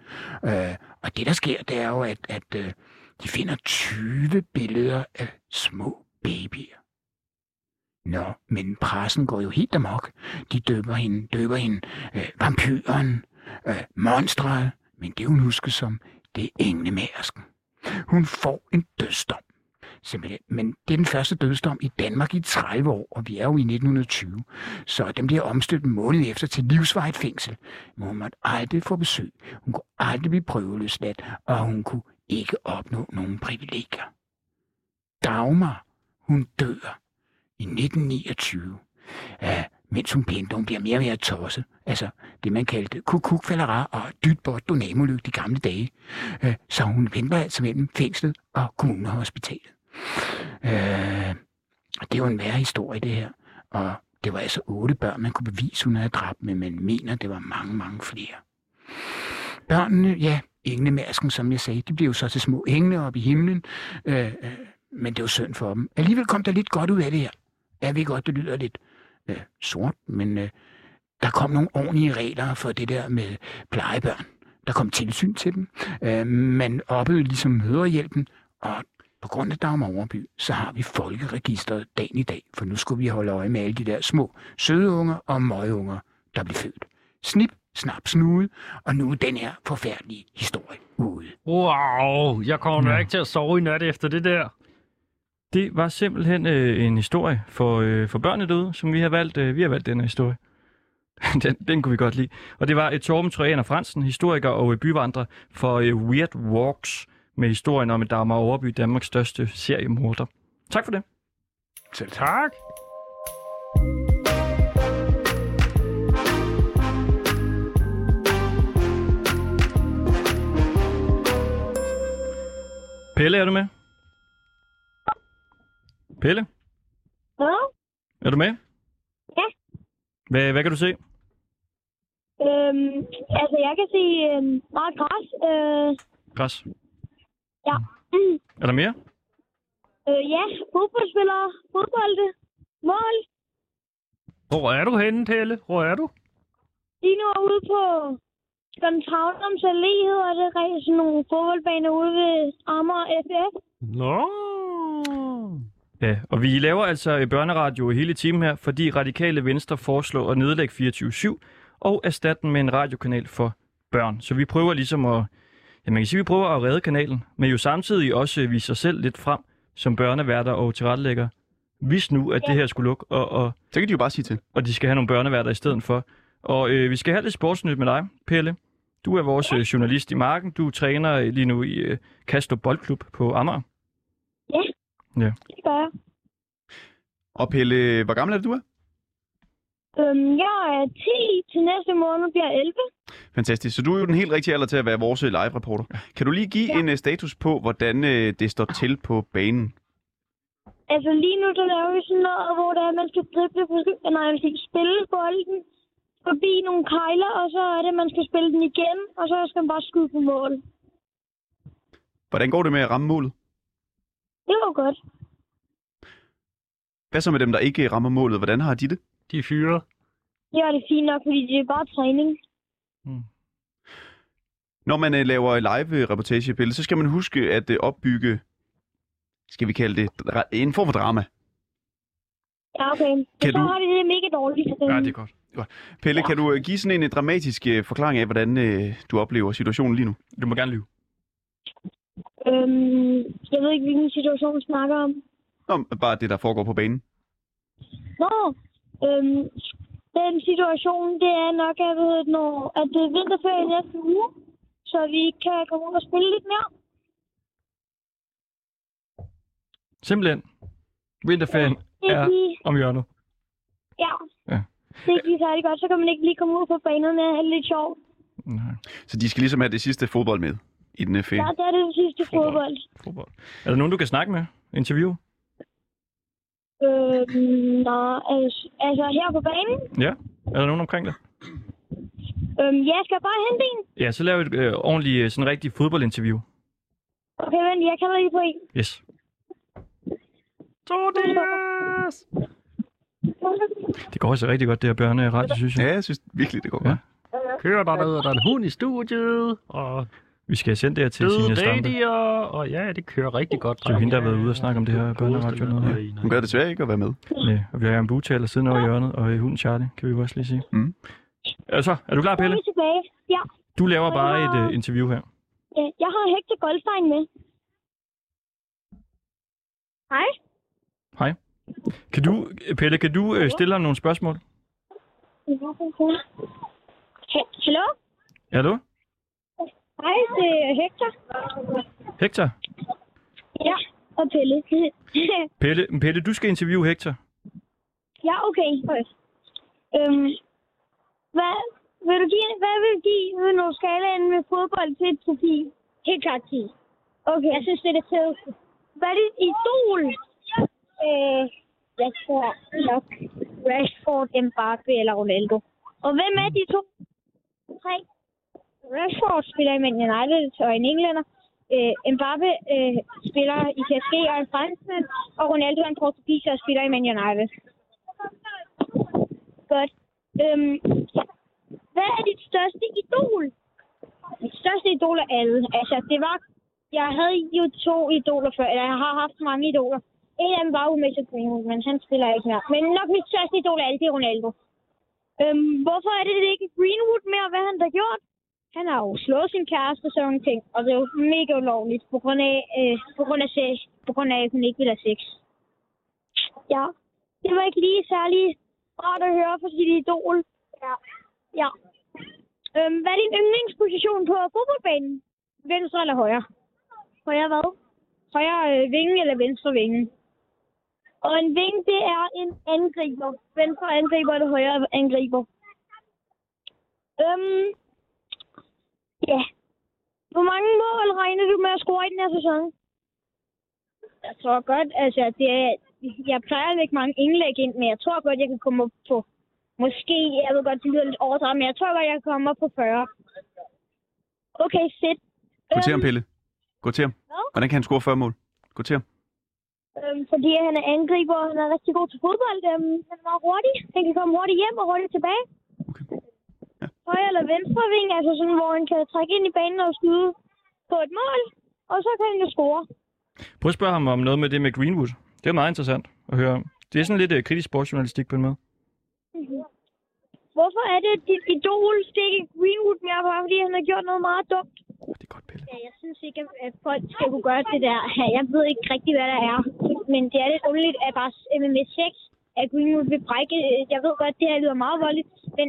H: ja. Øh, og det, der sker, det er jo, at, at øh, de finder 20 billeder af små babyer. Nå, men pressen går jo helt amok. De døber hende, døber hende øh, vampyren, øh, monstret, men det hun husker som, det er englemærsken. Hun får en dødsdom. Simpelthen. Men det er den første dødsdom i Danmark i 30 år, og vi er jo i 1920. Så den bliver omstødt en måned efter til livsvarigt fængsel. Men hun måtte aldrig få besøg. Hun kunne aldrig blive prøveløsladt, og hun kunne ikke opnå nogen privilegier. Dagmar, hun dør i 1929. Ja, mens hun pænt, hun bliver mere og mere tosset. Altså, det man kaldte kukukfaldera og dytbot dynamolygt i gamle dage. Øh, Så hun venter altså mellem fængslet og kommunehospitalet. Øh, og det er jo en værre historie, det her. Og det var altså otte børn, man kunne bevise, hun havde dræbt, men man mener, det var mange, mange flere. Børnene, ja, englemærsken, som jeg sagde, de blev jo så til små engle oppe i himlen. Øh, øh, men det var synd for dem. Alligevel kom der lidt godt ud af det her. Jeg ved godt, det lyder lidt øh, sort, men øh, der kom nogle ordentlige regler for det der med plejebørn. Der kom tilsyn til dem. Øh, man oppede ligesom møderhjælpen, og på grund af Dagmar Overby, så har vi folkeregisteret dagen i dag, for nu skulle vi holde øje med alle de der små søde unger og møgunger, der blev født. Snip, snap, snude, og nu er den her forfærdelige historie ude.
A: Wow, jeg kommer da
B: Ja.
A: ikke til at sove i nat efter det der.
B: Det var simpelthen øh, en historie for, øh, for børnene derude, som vi har valgt. Øh, vi har valgt den her historie. den, den kunne vi godt lide. Og det var øh, Torben Trojaner Fransen, historiker og øh, byvandrer for øh, Weird Walks, med historien om, at Dagmar Overby, Danmarks største seriemorder. Tak for det.
H: Selv tak.
A: Tak.
B: Pelle, er du med? Pelle,
F: Nå,
B: er du med?
F: Ja.
B: Hvad, hvad kan du se?
F: øhm, altså jeg kan se øhm, meget græs. Øh,
B: Græs.
F: ja.
B: Er der mere?
F: Øh, ja, fodboldspillere, fodbolde, mål.
A: Hvor er du henne, Pelle? Hvor er du?
F: Lige nu er ude på Skøntragnums Allé, hedder det rigtig sådan nogle fodboldbaner ude ved Amager FF.
A: Nå.
F: Mm.
B: Ja, og vi laver altså øh, børneradio i hele timen her, fordi Radikale Venstre foreslår at nedlægge 24-7 og erstatte den med en radiokanal for børn. Så vi prøver ligesom at, ja, man kan sige, vi prøver at redde kanalen, men jo samtidig også øh, vise os selv lidt frem som børneværter og tilrettelægger. Hvis nu, at det her skulle lukke, og, og,
C: Så kan de jo bare sige til.
B: og de skal have nogle børneværter i stedet for. Og øh, vi skal have lidt sportsnyt med dig, Pelle. Du er vores øh, journalist i marken. Du træner øh, lige nu i øh, Kastrup Boldklub på Amager.
F: Det gør jeg.
C: Og Pelle, hvor gammel er det, du er?
F: Øhm, jeg er 10 til næste måned, bliver jeg 11.
C: Fantastisk. Så du er jo den helt rigtige alder til at være vores øh, live-reporter. Kan du lige give ja. en øh, status på, hvordan øh, det står til på banen?
F: Altså lige nu, der laver vi sådan noget, hvor det er, at man skal drible, forske- nej, man skal spille bolden forbi nogle kejler, og så er det, at man skal spille den igen, og så skal man bare skyde på mål.
C: Hvordan går det med at ramme målet?
F: Det var godt.
C: Hvad så med dem, der ikke øh, rammer målet? Hvordan har de det?
A: De er fyret.
F: Det var det fint nok, fordi det er bare træning.
C: Når man øh, laver live-reportage, Pelle, så skal man huske at øh, opbygge, skal vi kalde det, dra- en form for drama.
F: Ja, okay.
C: Kan
F: Kan så
C: du-
F: har vi det mega dårligt.
B: Ja, det er godt.
C: Pelle, ja. kan du øh, give sådan en øh, dramatisk øh, forklaring af, hvordan øh, du oplever situationen lige nu?
B: Du må gerne lyve.
F: Øhm, jeg ved ikke, hvilken situation vi snakker om.
C: Nå, bare det, der foregår på banen.
F: Nå, øhm, den situation, det er nok, at, ved, at, når, at det er vinterferie i næste uge, så vi ikke kan komme ud og spille lidt mere.
B: Simpelthen. Vinterferien
F: Det er
B: er
F: lige,
B: om hjørnet.
F: ja.
B: Ja.
F: Det er ikke lige særlig godt, så kan man ikke lige komme ud på banerne og have det lidt sjovt.
B: Nej,
C: Så de skal ligesom have det sidste fodbold med i den øh, ferie.
F: Ja, der er det det sidste fodbold.
B: fodbold. Er der nogen, du kan snakke med? Interview?
F: Øhm, nå, altså, altså her på banen.
B: Ja. Er der nogen omkring dig?
F: Øhm, ja, skal jeg bare hente en?
B: Ja, så laver vi et øh, ordentligt, øh, sådan rigtigt fodboldinterview.
F: Okay, vent, jeg kalder lige på en.
B: Yes.
A: Tobias!
B: Det går altså rigtig godt, det her børneradio, synes jeg.
C: Ja, jeg synes virkelig, det går
B: Ja.
C: godt.
A: Kører der noget, og der er en hund i studiet, og
B: Vi skal sende det her til
A: døde
B: Signe Stampe.
A: babyer, og ja, det kører rigtig godt.
B: Det er jo hende, der har været ude og snakke om det her børneradio. og Noget her.
C: Hun gad desværre ikke at være med.
B: Ja, og vi har en butaler siden over i hjørnet, og øh, hunden Charlie, kan vi jo også lige sige.
C: Mm.
B: Altså, er du klar,
F: Så er
B: Pelle?
F: vi tilbage. Ja,
B: Du laver bare et øh, interview her.
F: ja, jeg har Hector Goldstein med. Hej.
B: Kan du, Pelle, kan du øh, stille ham nogle spørgsmål?
F: He- Hallo?
B: Hallo?
F: Hej, det er Hector.
B: Hector?
F: Ja, og Pelle.
B: Pelle, men Pelle, du skal interviewe Hector.
F: ja, okay. Øhm, hvad, vil du give, hvad vil du give ved nogle skalaen med fodbold til til 10? Helt klart 10. Okay. Jeg synes, det er det fedeste. Hvad er dit idol? Øh, jeg tror nok Rashford, Mbappe eller Ronaldo. Og hvem er de to? Tre. Rashford spiller i Man United og en englænder. Øh, Mbappe øh, spiller i PSG og er en franskmand. Og Ronaldo er en portugiser og spiller i Man United. Godt. Øhm, hvad er dit største idol? Mit største idol er alle. Altså, det var... Jeg havde jo to idoler før, eller jeg har haft mange idoler. En af dem var jo Messi Greenwood, men han spiller ikke mere. Men nok mit største idol er altid Ronaldo. Øhm, hvorfor er det, det ikke er Greenwood mere, hvad han har gjort? Han har jo slået sin kæreste og sådan nogle ting, og det er jo mega ulovligt, på grund af, øh, på grund af, sex, på grund af at hun ikke vil have sex. Ja, det var ikke lige særlig rart at høre fra sit idol. Ja. ja. Øhm, hvad er din yndlingsposition på fodboldbanen? Venstre eller højre? Højre hvad? Højre øh, vinge eller venstre vinge? Og en vinge, det er en angriber. Venstre angriber eller højre angriber. Øhm, ja. Hvor mange mål regner du med at score i den her sæson? jeg tror godt, altså, det er, jeg plejer at lægge mange indlæg ind, men jeg tror godt, jeg kan komme op på, måske, jeg ved godt, det lyder lidt overdrevet, men jeg tror godt, jeg kan komme op på 40. Okay, fedt.
C: Gå til ham, Pelle. Gå til ham.
F: Hvad?
C: Hvordan kan han score 40 mål? Gå til ham.
F: Øhm, fordi han er angriber, og han er rigtig god til fodbold. Øhm, han er meget hurtig. Han kan komme hurtigt hjem og hurtigt tilbage. Okay. Højre eller venstre ving, altså sådan, hvor han kan trække ind i banen og skyde på et mål. Og så kan han jo score.
B: Prøv at spørge ham om noget med det med Greenwood. Det er meget interessant at høre om. Det er sådan lidt øh, kritisk sportsjournalistik på en måde.
F: Mm-hmm. Hvorfor er det, at dit idol, det er ikke Greenwood mere, bare fordi han har gjort noget meget dumt?
C: Det er godt, Pelle.
F: Ja, jeg synes ikke, at- at folk skal kunne gøre det der. Ja, Jeg ved ikke rigtig, hvad der er. Men det er lidt underligt, at bare MMA6, at Greenwood vil brække. øh, Jeg ved godt, det her lyder meget voldeligt, men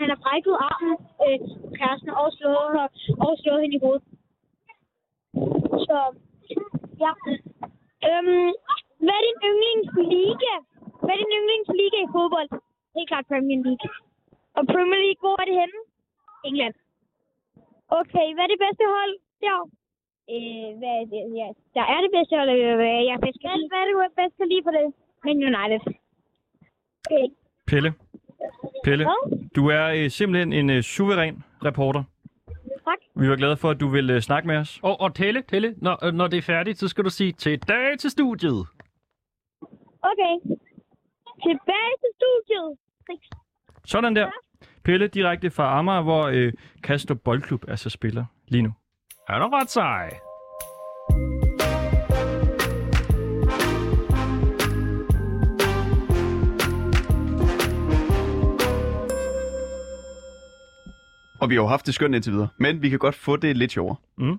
F: han har brækket armen, øh, kæresten, og slået, og, og slået hende i hovedet. Så, ja. Øhm, hvad er din yndlingsliga? Hvad er din yndlingsliga i fodbold? Helt klart Premier League. Og Premier League, hvor er det henne? England. Okay, hvad er det bedste hold derovre? Øh, hvad er det? Ja, der er det bedste hold, øh, hvad jeg bedst kan lide. Hvad er det, du bedst kan lide på det? Men United. Okay.
B: Pelle. Pelle,
F: Hvad?
B: du er øh, simpelthen en øh, suveræn reporter.
F: Tak.
B: Vi var glade for, at du ville øh, snakke med os.
A: Og, og Telle, Telle, når, øh, når det er færdigt, så skal du sige tilbage til studiet.
F: Okay. Tilbage til studiet. Tak.
B: Sådan der. Pelle direkte fra Amager, hvor øh, Kastrup Boldklub altså spiller lige nu.
A: Er du ret sej?
C: Og vi har jo haft det skønt indtil videre. Men vi kan godt få det lidt sjovere.
B: Mm.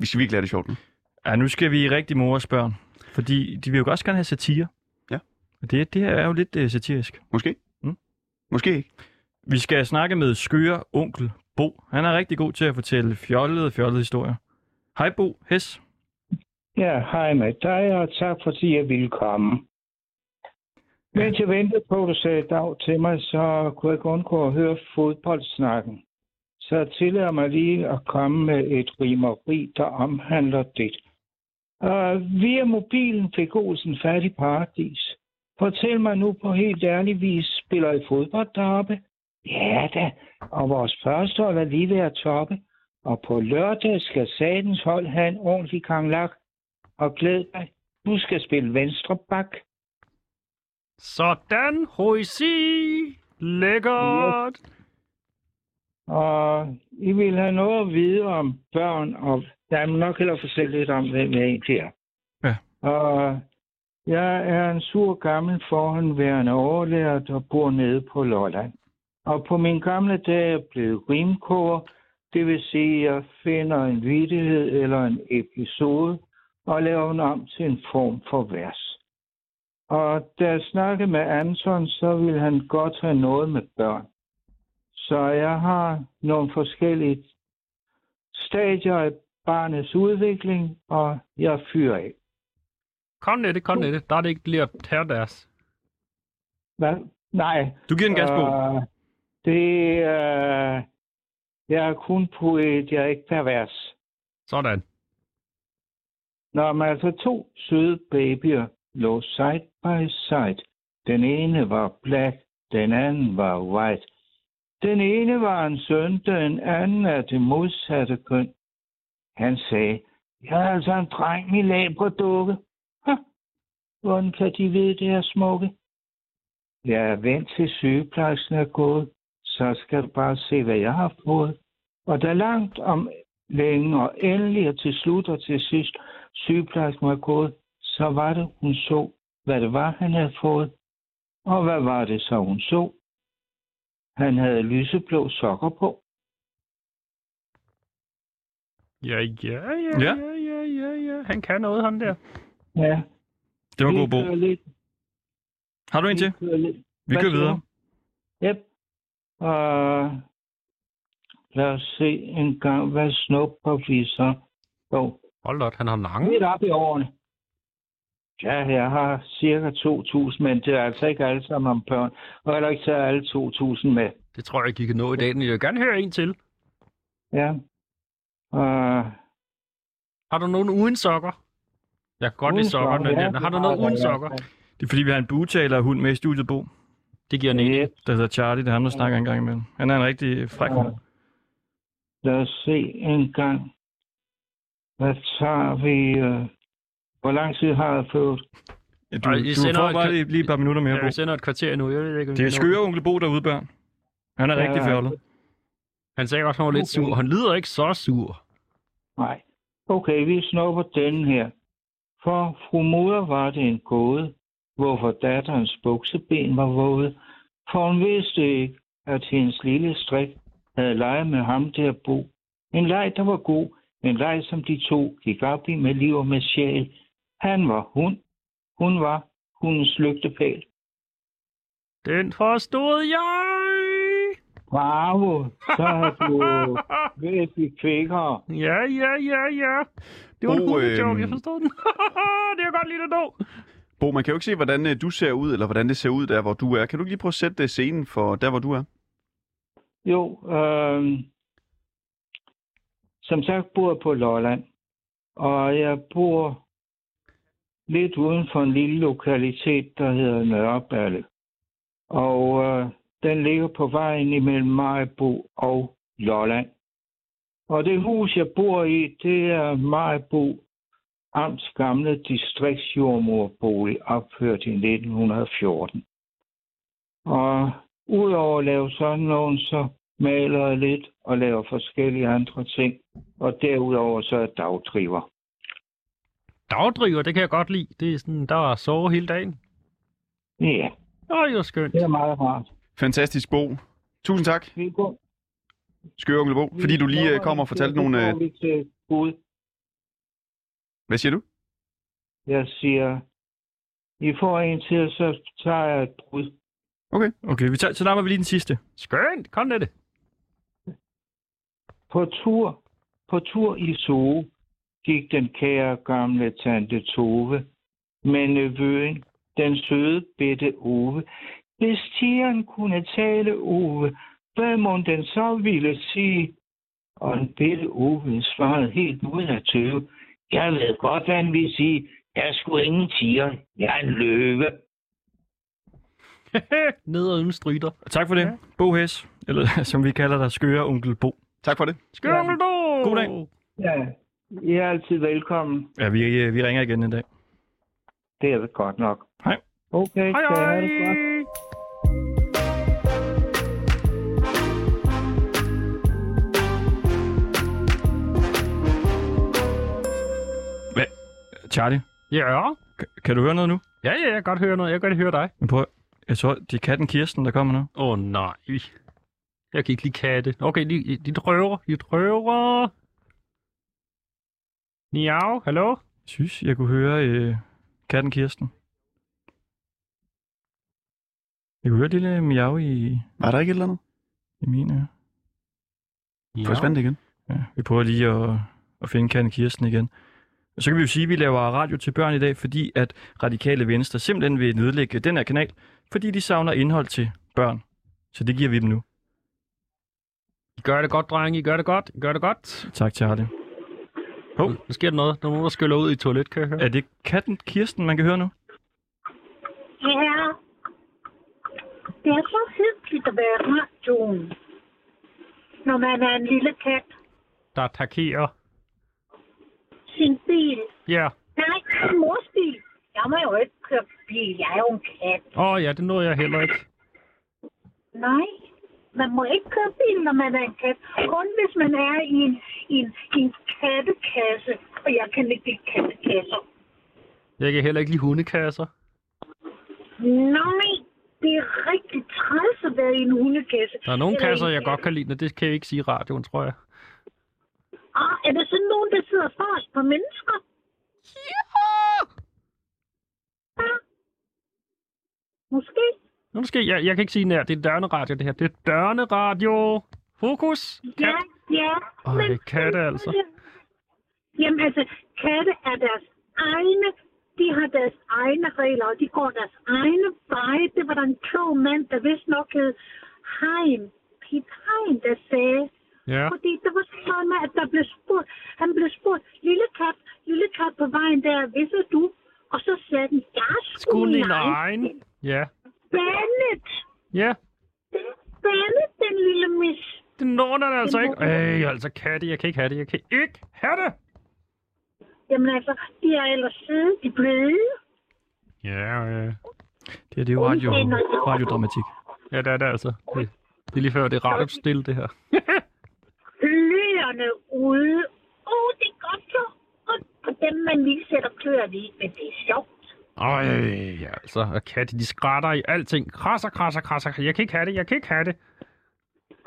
C: Vi skal virkelig have det sjovt nu.
B: Ja, nu skal vi i rigtig mors børn, fordi de vil jo også gerne have satire.
C: Ja.
B: Og Det, det her er jo lidt øh, satirisk.
C: Måske?
B: Mm.
C: Måske ikke.
B: Vi skal snakke med skøre onkel Bo. Han er rigtig god til at fortælle fjollede, fjollede historier. Hej Bo, Hes.
I: Ja, hej med dig, og tak fordi jeg ville komme. Mens jeg ventede på, at du sagde dag til mig, så kunne jeg ikke undgå at høre fodboldsnakken. Så jeg tillader mig lige at komme med et rimeri, der omhandler det. Og via mobilen fik Olsen fat i paradis. Fortæl mig nu på helt ærlig vis, spiller I fodbold deroppe? Ja da, og vores første hold er lige ved at toppe. Og på lørdag skal satens hold have en ordentlig kanglak og glæd dig. Du skal spille venstre bak.
A: Sådan, hoisi. Lækkert.
I: Og I vil have noget at vide om børn, og jeg må nok hellere fortælle lidt om, hvem jeg egentlig er.
B: Ja.
I: Og jeg er en sur gammel forhåndværende overlærer, der bor nede på Lolland. Og på min gamle dag er jeg blevet rimkoger, det vil sige, at jeg finder en vidighed eller en episode og laver den om til en form for vers. Og da jeg snakkede med Anton, så ville han godt have noget med børn. Så jeg har nogle forskellige stadier i barnets udvikling, og jeg fyrer af.
A: Kom med det, kom med det. Der er det ikke lige at tage deres.
I: Hvad? Nej.
B: Du giver en gas, Bo.
I: øh, det øh, jeg er kun poet, jeg er ikke pervers.
A: Sådan.
I: Når man altså to søde babyer lå side by side. Den ene var black, den anden var white. Den ene var en søn, den anden er det modsatte køn. Han sagde, jeg er altså en dreng i labradukke. Ha, hvordan kan de vide det er smukke? Jeg er vant til sygeplejersken er gået, så skal du bare se, hvad jeg har fået. Og da langt om længe og endelig og til slut og til sidst sygeplejersken var gået, så var det, hun så, hvad det var, han havde fået. Og hvad var det så, hun så? Han havde lyseblå sokker på.
A: Ja, ja, ja,
B: Ja.
A: ja, ja, ja, ja. Han kan noget, han der.
I: Ja,
B: Det var
I: vi
B: god Bo.
I: kører Lidt,
B: Har du en til?
I: kører lidt.
B: Vi
I: Hvad
B: kører
I: siger
B: videre.
I: du? Yep. Og lad os se en gang, hvad snupper vi så. Jo,
A: Hold da, op, han har
I: lidt
A: mange.
I: op i årene. Ja, jeg har cirka 2.000, men det er altså ikke alle sammen om børn. Og heller ikke taget alle 2.000 med.
A: Det tror jeg ikke, I kan nå i dag, men jeg vil gerne høre en til.
I: Ja. Og
A: Har du nogen uden sokker? øh,
B: Jeg kan godt lide sokker, men den. Har du noget uden sokker? Det er fordi, vi har en bugtalerhund med i studiet, Bo.
A: Det giver mening.
I: Yes,
B: Der hedder Charlie, det er ham, der snakker en gang imellem. Han er en rigtig fræk hund.
I: lad os se en gang. Hvad tager vi? Øh... Hvor lang tid har jeg fået?
B: Ja, Du,
A: Og I
B: du
A: sender
B: får
A: et
B: bare
A: kl-
B: lige, lige et par minutter mere, Bo.
A: Jeg sender et kvarter nu. Jeg ved ikke, om
B: Det er
A: vi når
B: skøre onkel Bo derude, børn. Han er
I: Ja,
B: rigtig
I: ja.
B: fjollet.
A: Han sagde også, at han var lidt sur. Han lyder ikke så sur.
I: Nej. Okay, vi snupper den her. For fru moder var det en gåde, hvorfor datterens bukseben var våde, for hun vidste ikke, at hendes lille strik havde leget med ham der bo. En leg, der var god, en leg, som de to gik op i med liv og med sjæl. Han var hun, hun var hundens lygtepæl.
A: Den forstod jeg!
I: Bravo, så er du virkelig kvikkere.
A: Ja, ja, ja, ja. Det var
C: Bo,
A: en hundejoke, jeg
C: øhm,
A: forstod den. det er godt lige det dog.
C: Bo, man kan jo ikke se, hvordan øh, du ser ud, eller hvordan det ser ud der, hvor du er. Kan du ikke lige prøve at sætte øh, scenen for der, hvor du er?
I: Jo, øh, som sagt bor jeg på Lolland, og jeg bor lidt uden for en lille lokalitet, der hedder Nørreballe. Og øh, den ligger på vejen imellem Majbo og Lolland. Og det hus, jeg bor i, det er Majbo Amts gamle distriktsjordmorbolig, opført i 1914. Og udover at lave sådan nogen, så maler jeg lidt og laver forskellige andre ting. Og derudover så er jeg dagdriver.
A: Dagdriver, det kan jeg godt lide. Det er sådan, der er sove hele dagen.
I: Ja,
A: Åh, det var skønt.
I: det er meget rart.
C: Fantastisk, Bo. Tusind tak,
I: Vi går,
C: skøre onkel Bo,
I: vi
C: fordi du lige øh,
I: går-
C: kom og fortalte
I: nu går
C: nogle... øh,
I: vi til Gud.
C: Hvad siger du?
I: Jeg siger, I får en til, så tager jeg et brud.
B: Okay, vi tager, så nærmer vi lige den sidste.
A: Skønt, kom med det.
I: På tur, på tur i Zoo gik den kære gamle tante Tove, med nevøen, den søde bitte Ove. Hvis tigeren kunne tale Ove, hvad må den så ville sige? Og den bitte Ove svarede helt uden at tøve. Jeg ved godt, hvad han vil sige. Jeg er sgu ingen tiger. Jeg er en løve.
A: Ned og uden stryder.
B: Tak for det. Bo Hæs, eller som vi kalder dig, skøre onkel Bo.
C: Tak for det.
A: Skønt, ja.
B: God dag.
I: Ja, I er altid velkommen.
B: Ja, vi, øh, vi ringer igen en dag.
I: Det er godt nok.
B: Hej.
I: Okay,
A: Hej,
I: skal I
A: hej.
I: have det godt?
B: Charlie,
A: Ja,
B: k- kan du høre noget nu?
A: ja, ja, jeg kan godt høre noget. Jeg kan godt høre dig.
B: Men prøv, at- jeg tror, det er katten Kirsten, der kommer nu.
A: Åh, oh, nej. Jeg kan ikke lide katte. Okay, de, de drøver. De drøver. Miau, hallo?
B: Jeg synes, jeg kunne høre øh, katten Kirsten. Jeg kunne høre et lille miau i,
C: Var der ikke et eller andet?
B: i mine ører.
A: Miau.
C: Forsvandt det igen?
B: Ja, vi prøver lige at, at finde Karin Kirsten igen. Og så kan vi jo sige, at vi laver radio til børn i dag, fordi at Radikale Venstre simpelthen vil nedlægge den her kanal, fordi de savner indhold til børn. Så det giver vi dem nu.
A: I gør det godt, drenge. I gør det godt. I gør det godt.
B: Tak, Charlie. Hov,
A: Nu sker der noget. Der er nogen, der skyller ud i toilet, kan jeg høre.
B: er det katten Kirsten, man kan høre nu?
J: Ja. Det er så hyggeligt at være i radioen, når man er en lille kat.
A: Der takerer.
J: Sin bil.
A: Ja.
J: Nej, sin mors bil. Jeg må jo ikke køre bil. Jeg er jo en kat.
A: Åh oh, ja, det nåede jeg heller ikke.
J: Nej, man må ikke køre bil, når man er en kat. Kun hvis man er i en, i en, i en kattekasse. Og jeg kan ikke lide kattekasser.
A: Jeg kan heller ikke lide hundekasser.
J: Nej, det er rigtig træls at være i en hundekasse.
A: Der er nogle
J: Eller i
A: kasser,
J: en
A: jeg godt
J: katte.
A: kan lide, men det kan jeg ikke sige i radioen, tror jeg.
J: Ah, er der sådan nogen, der sidder forrest på mennesker? Ja! Måske.
A: Nu skal jeg, jeg kan ikke sige nær, det er dørneradio, det her. Det er dørneradio. Fokus.
J: Ja, ja.
A: Åh, det er katte, altså.
J: Jamen altså, katte er deres egne, de har deres egne regler, og de går deres egne veje. Det var der en klog mand, der vist nok hed Heim, Pip Heim, der sagde,
A: Ja.
J: Fordi det var sådan, at der blev spurgt, han blev spurgt, lille kat, lille kat på vejen der, vidste du? Og så sagde den, jeg
A: Kun
J: skulle
A: din egen. Ja.
J: Bandet!
A: Ja.
J: Bandet, den lille mis.
A: Det når den altså ikke. Øh, altså katte, jeg kan ikke have det. Jeg kan ikke have det.
J: Jamen altså, de er ellers søde, de er bløde.
A: Ja, ja.
B: Det, her, det er jo radio, radiodramatik.
A: Ja, det er det altså. Det, det er lige før, det er rart stille, det her.
J: Kløerne ude. Åh, oh, det er godt så. Og på dem, man lige sætter kløerne i, men det er sjovt.
A: Øj, ja, altså. Og katte, de skrætter i alting. Krasser, krasser, krasser. Jeg kan ikke have det. Jeg kan ikke have det.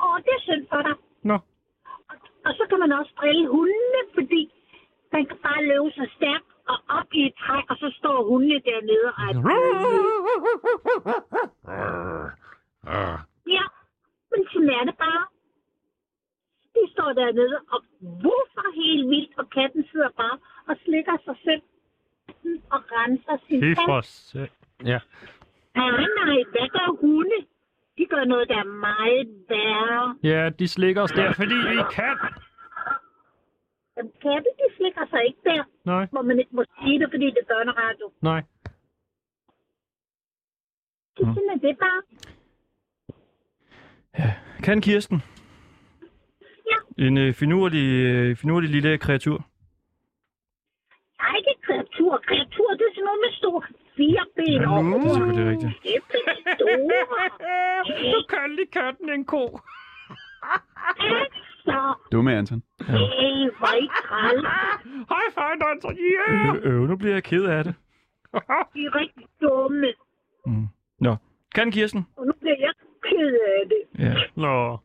J: Åh, det er synd for dig.
A: Nå.
J: Og, og så kan man også drille hundene, fordi man kan bare løbe så stærkt og op i et træ, og så står hundene dernede og er Ja, men sådan er det bare. De står dernede og hvorfor helt vildt, og katten sidder bare og slikker sig selv og renser sin
A: Fy
J: tand.
A: for sæt. Ja.
J: Nej, nej, hvad gør hunde? De gør noget, der er meget værre.
A: Ja, de slikker os der, fordi vi kan.
J: Jamen, katte, de slikker sig ikke der.
A: Nej,
J: Må man ikke må sige det, fordi det er børneradio.
A: nej.
J: Det er simpelthen det bare.
B: Kan Kirsten? Ja. En øh, finurlig, øh, finurlig lille kreatur.
J: Jeg er ikke et kreatur. Kreatur, det er sådan noget med store fire ben.
B: Ja, det er selvfølgelig rigtigt.
J: Kæmpe store.
A: Du kan lige katten en ko.
J: Så,
C: Du med, Anton.
J: hey, hvor I træl.
A: Hej, far, danser. Yeah!
B: Øh, øh, nu bliver jeg ked af det.
J: De er rigtig dumme.
B: Nå. Kan Kirsten?
J: Og nu bliver jeg ked af det.
B: Ja.
A: Nå.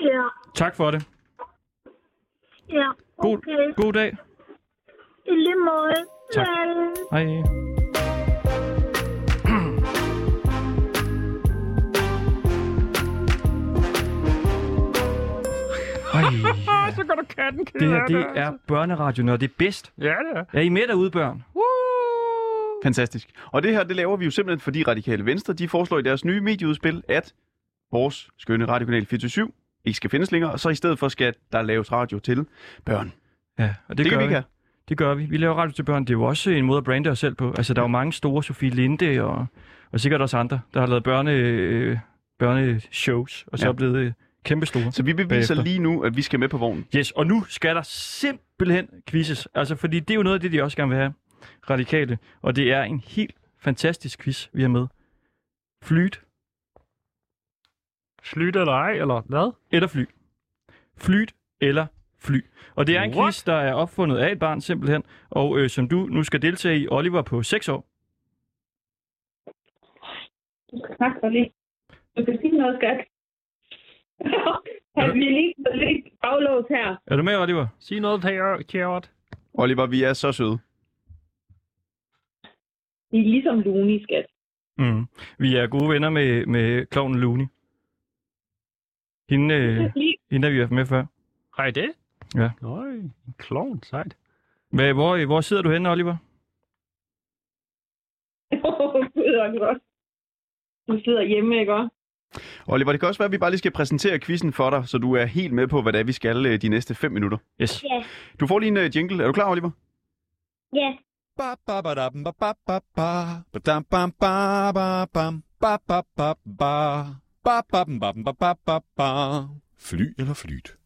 J: Ja,
B: Tak for det.
J: ja.
B: God,
J: Okay,
B: god dag.
J: i lige måde.
B: Tak.
J: Vel.
B: Hej. Ej,
A: Ah, så går du katten ked
B: det her
A: af
B: det
A: altså.
B: er børneradio, når det er bedst.
A: Ja, det er.
B: Er I med derude, børn?
C: Fantastisk. Og det her, det laver vi jo simpelthen, fordi Radikale Venstre, de foreslår i deres nye medieudspil, at vores skønne radiokanal 24 ikke skal findes længere, og så i stedet for skal der laves radio til børn. Det,
B: Ja, og det,
C: det kan vi
B: gør vi.
C: ikke have.
B: Det gør vi. Vi laver radio til børn. Det er jo også en måde at brande os selv på. Altså, der er jo mange store, Sofie Linde og, og sikkert også andre, der har lavet børne, øh, børneshows, og så
C: Ja.
B: er blevet øh, kæmpe store.
C: Så vi beviser
B: Bagefter.
C: lige nu, at vi skal med på vognen.
B: Yes, og nu skal der simpelthen quizzes. Altså, fordi det er jo noget af det, de også gerne vil have. Radikale. Og det er en helt fantastisk quiz, vi har med. Flyt
A: Slyt eller ej, eller hvad?
B: eller fly. Flyt eller fly. Og det er en
A: What?
B: quiz, der er opfundet af et barn simpelthen, og øh, som du nu skal deltage i, Oliver, på 6 år.
K: Tak for det. Du kan sige noget, skat. Han bliver lige så lidt baglås her.
B: Er du med, Oliver?
A: Sig noget, Kjært.
C: Oliver, vi er så søde.
K: Det er ligesom Luni, skat.
B: Mm. Vi er gode venner med, med klovnen Looney. Hende, øh,
K: Lige
B: hende har vi haft med før.
A: Har I det?
B: Ja.
A: Nøj, en klovn, sejt.
B: Hvad, hvor, øh, hvor sidder du henne, Oliver?
K: Åh, Gud, Oliver. Du sidder hjemme, ikke også?
C: Oliver, det kan også være, at vi bare lige skal præsentere quizzen for dig, så du er helt med på, hvad det er, vi skal øh, de næste 5 minutter.
B: Yes.
F: Ja,
C: Du får lige en øh, jingle. Er du klar, Oliver?
F: ja.
G: Fly eller flyt?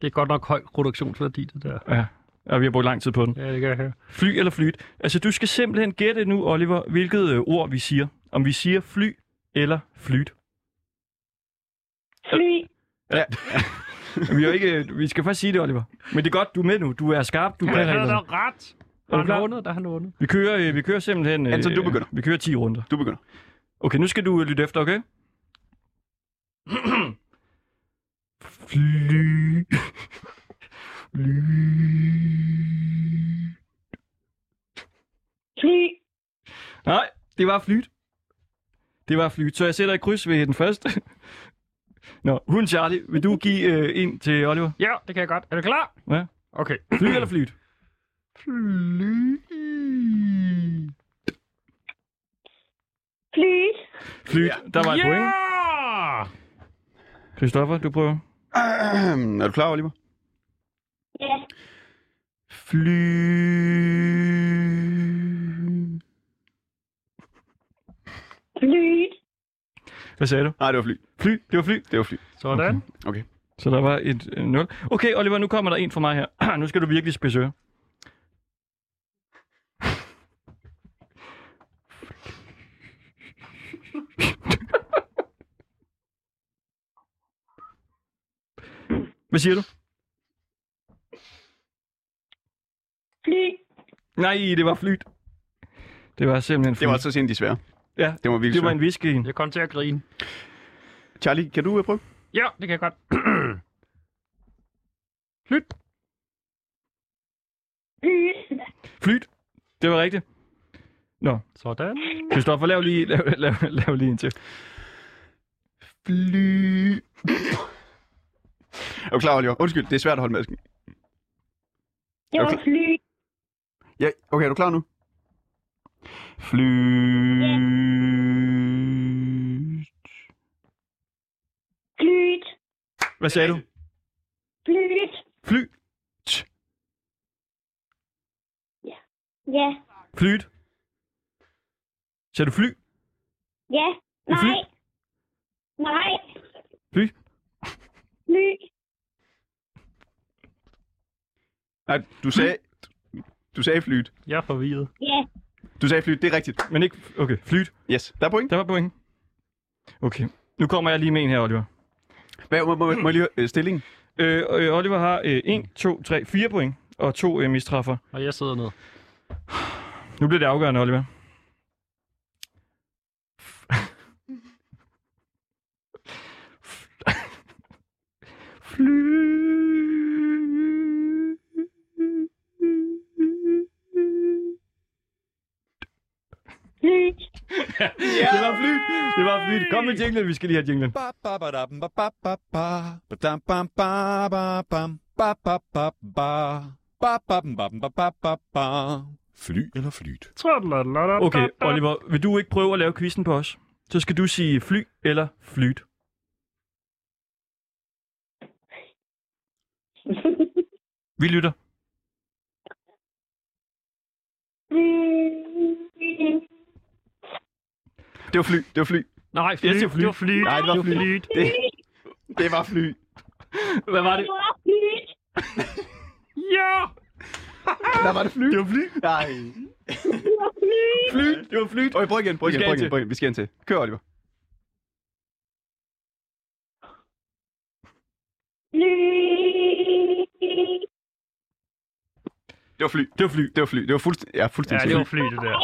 A: Det er godt nok høj produktionsværdi, det der.
B: Og vi har brugt lang tid på den.
A: Ja, det kan jeg høre.
B: Fly eller flyt. Altså, du skal simpelthen gætte nu, Oliver, hvilket øh, ord vi siger. Om vi siger fly eller flyt.
K: Fly.
B: Vi, er jo ikke, øh, vi skal først sige det, Oliver. Men det er godt, du er med nu. Du er skarp. Du kan
A: Han havde
B: reglerne.
A: da ret.
B: Er du
A: Har
B: klar?
A: han vundet, da han vundet?
B: Vi kører, øh, vi kører simpelthen... øh,
C: Anton, du begynder.
B: Vi kører 10 runder.
C: Du begynder.
B: Okay, nu skal du øh, lytte efter, okay? Fly. Fly.
K: Fly.
B: Nej, det var flyt. Det var flyt. Så jeg sætter et kryds ved den første. Nå, hun Charlie, vil du give øh, en til Oliver?
A: Ja, det kan jeg godt. Er du klar?
B: Ja.
A: Okay.
B: Fly eller flyt?
K: Fly.
B: Flyt. Der var et point.
A: Ja!
B: Christoffer, du prøver.
C: er du klar, Oliver?
F: Ja.
C: Fly.
F: Flyt.
B: Hvad sagde du?
C: Nej, det var fly.
B: Fly? Det var fly?
C: Det var fly.
B: Sådan.
C: Okay.
B: Så der var et øh, nul. Okay, Oliver, nu kommer der en for mig her. nu skal du virkelig spidse ører. Hvad siger du?
F: Fly.
B: Nej, det var flyt. Det var simpelthen flyt.
C: Det var altså en af de svære.
B: Ja,
C: det var virkelig
B: det var
C: svært.
B: en whisky.
A: Jeg kom til at grine.
C: Charlie, kan du øh, prøve?
A: Ja, det kan jeg godt.
F: Flyt.
B: Flyt. Det var rigtigt. Nå,
A: Sådan.
B: Christoffer, lav lige, lav, lav, lav lige en til.
C: Fly. er du klar, Oliver? Undskyld, det er svært at holde masken.
K: Det var
C: Okay.
K: fly.
C: Ja, okay, er du klar nu? Fly.
F: Flyt.
B: Hvad sagde du?
F: Flyt.
B: Fly.
F: Ja.
B: Flyt. Sagde du fly?
F: Ja.
B: Fly.
F: Nej. Nej.
B: Fly.
F: Fly.
C: Nej, du sagde... Du sagde flyt.
A: Jeg er forvirret.
F: Ja.
C: Du sagde flyt, det er rigtigt.
B: Men ikke... Okay, flyt.
C: Yes, der er point.
B: Der var point. Okay. Nu kommer jeg lige med en her, Oliver.
C: Hvad, må, må, må jeg lige høre øh, stillingen?
B: Øh, øh, Oliver har øh, 1, 2, 3, 4 point og to øh, mistræffer.
A: Og jeg sidder ned.
B: Nu bliver det afgørende, Oliver. Fly.
F: Flyt.
B: Ja! Det var fly. Det var fly. Kom med jinglen. Vi skal lige have jinglen.
G: ba ba ba da ba ba ba ba ba da ba ba ba bam, ba ba ba ba ba ba bam, ba ba ba ba ba Fly eller flyt?
A: Trudladladladladlad.
B: Okay, Oliver, vil du ikke prøve at lave quizzen på os? Så skal du sige fly eller flyt. Vi lytter.
C: Det var fly, det var fly.
A: Nej, fly.
B: Jeg siger fly.
A: Det var fly.
C: Nej, det var fly.
A: flyt.
C: Det, det var fly.
B: Hvad var det?
F: Det var flyt.
A: Ja!
C: Der var det fly.
B: Det var fly.
C: Nej.
F: Det var flyt.
B: Flyt. Det var flyt.
C: Okay, prøv igen, prøv
B: Vi
C: igen,
B: skal
C: prøv
B: ind
C: igen,
B: til.
C: prøv igen. Vi skal ind til. Kør, Oliver.
F: Flyt.
C: Det var fly.
B: Det var fly.
C: Det var fly. Det var fuldstændig, ja,
A: Ja,
C: fuldstændig
A: det
C: fly.
A: var fly, det der.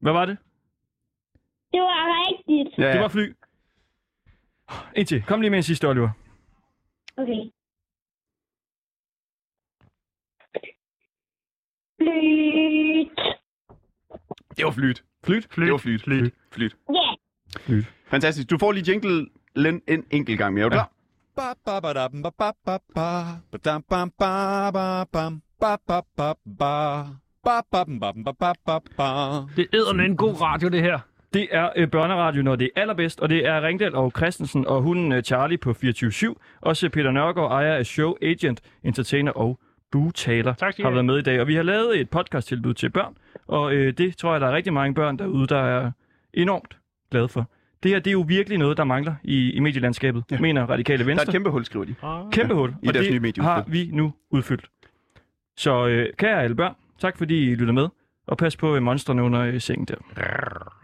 B: Hvad var det?
F: Det var rigtigt.
C: Ja,
B: Det
C: ja.
B: var fly. Indtil. Kom lige med en sidste, Oliver.
F: Okay. Flyt.
C: det var flyt.
B: Flyt.
C: Det var flyt.
A: Flyt.
C: Flyt.
F: Ja.
C: Fantastisk. Du får lige jinglen en enkelt gang mere. Er du
B: Ja.
C: klar?
G: ba ba ba da ba ba ba ba ba da ba ba ba bam, ba ba ba ba ba ba bam, ba ba ba ba ba
A: Det æder med en god radio, det her.
B: Det er øh, børneradio, når det er allerbedst, og det er Ringdal og Christensen og hunden øh, Charlie på 24-7. Også Peter Nørgaard, ejer af show, agent, entertainer og butaler,
A: Tak skal I
B: har
A: have.
B: været med i dag. Og vi har lavet et podcasttilbud til børn, og øh, det tror jeg, der er rigtig mange børn derude, der er enormt glade for. Det her, det er jo virkelig noget, der mangler i, i medielandskabet, ja. mener Radikale
C: Der
B: Venstre.
C: er et kæmpe hul, skriver de.
B: Kæmpe hul,
C: i
B: og
C: deres nye
B: det
C: medieudspil.
B: har vi nu udfyldt. Så øh, kære alle børn, tak fordi I lytter med, og pas på øh, monstrene under øh, sengen der.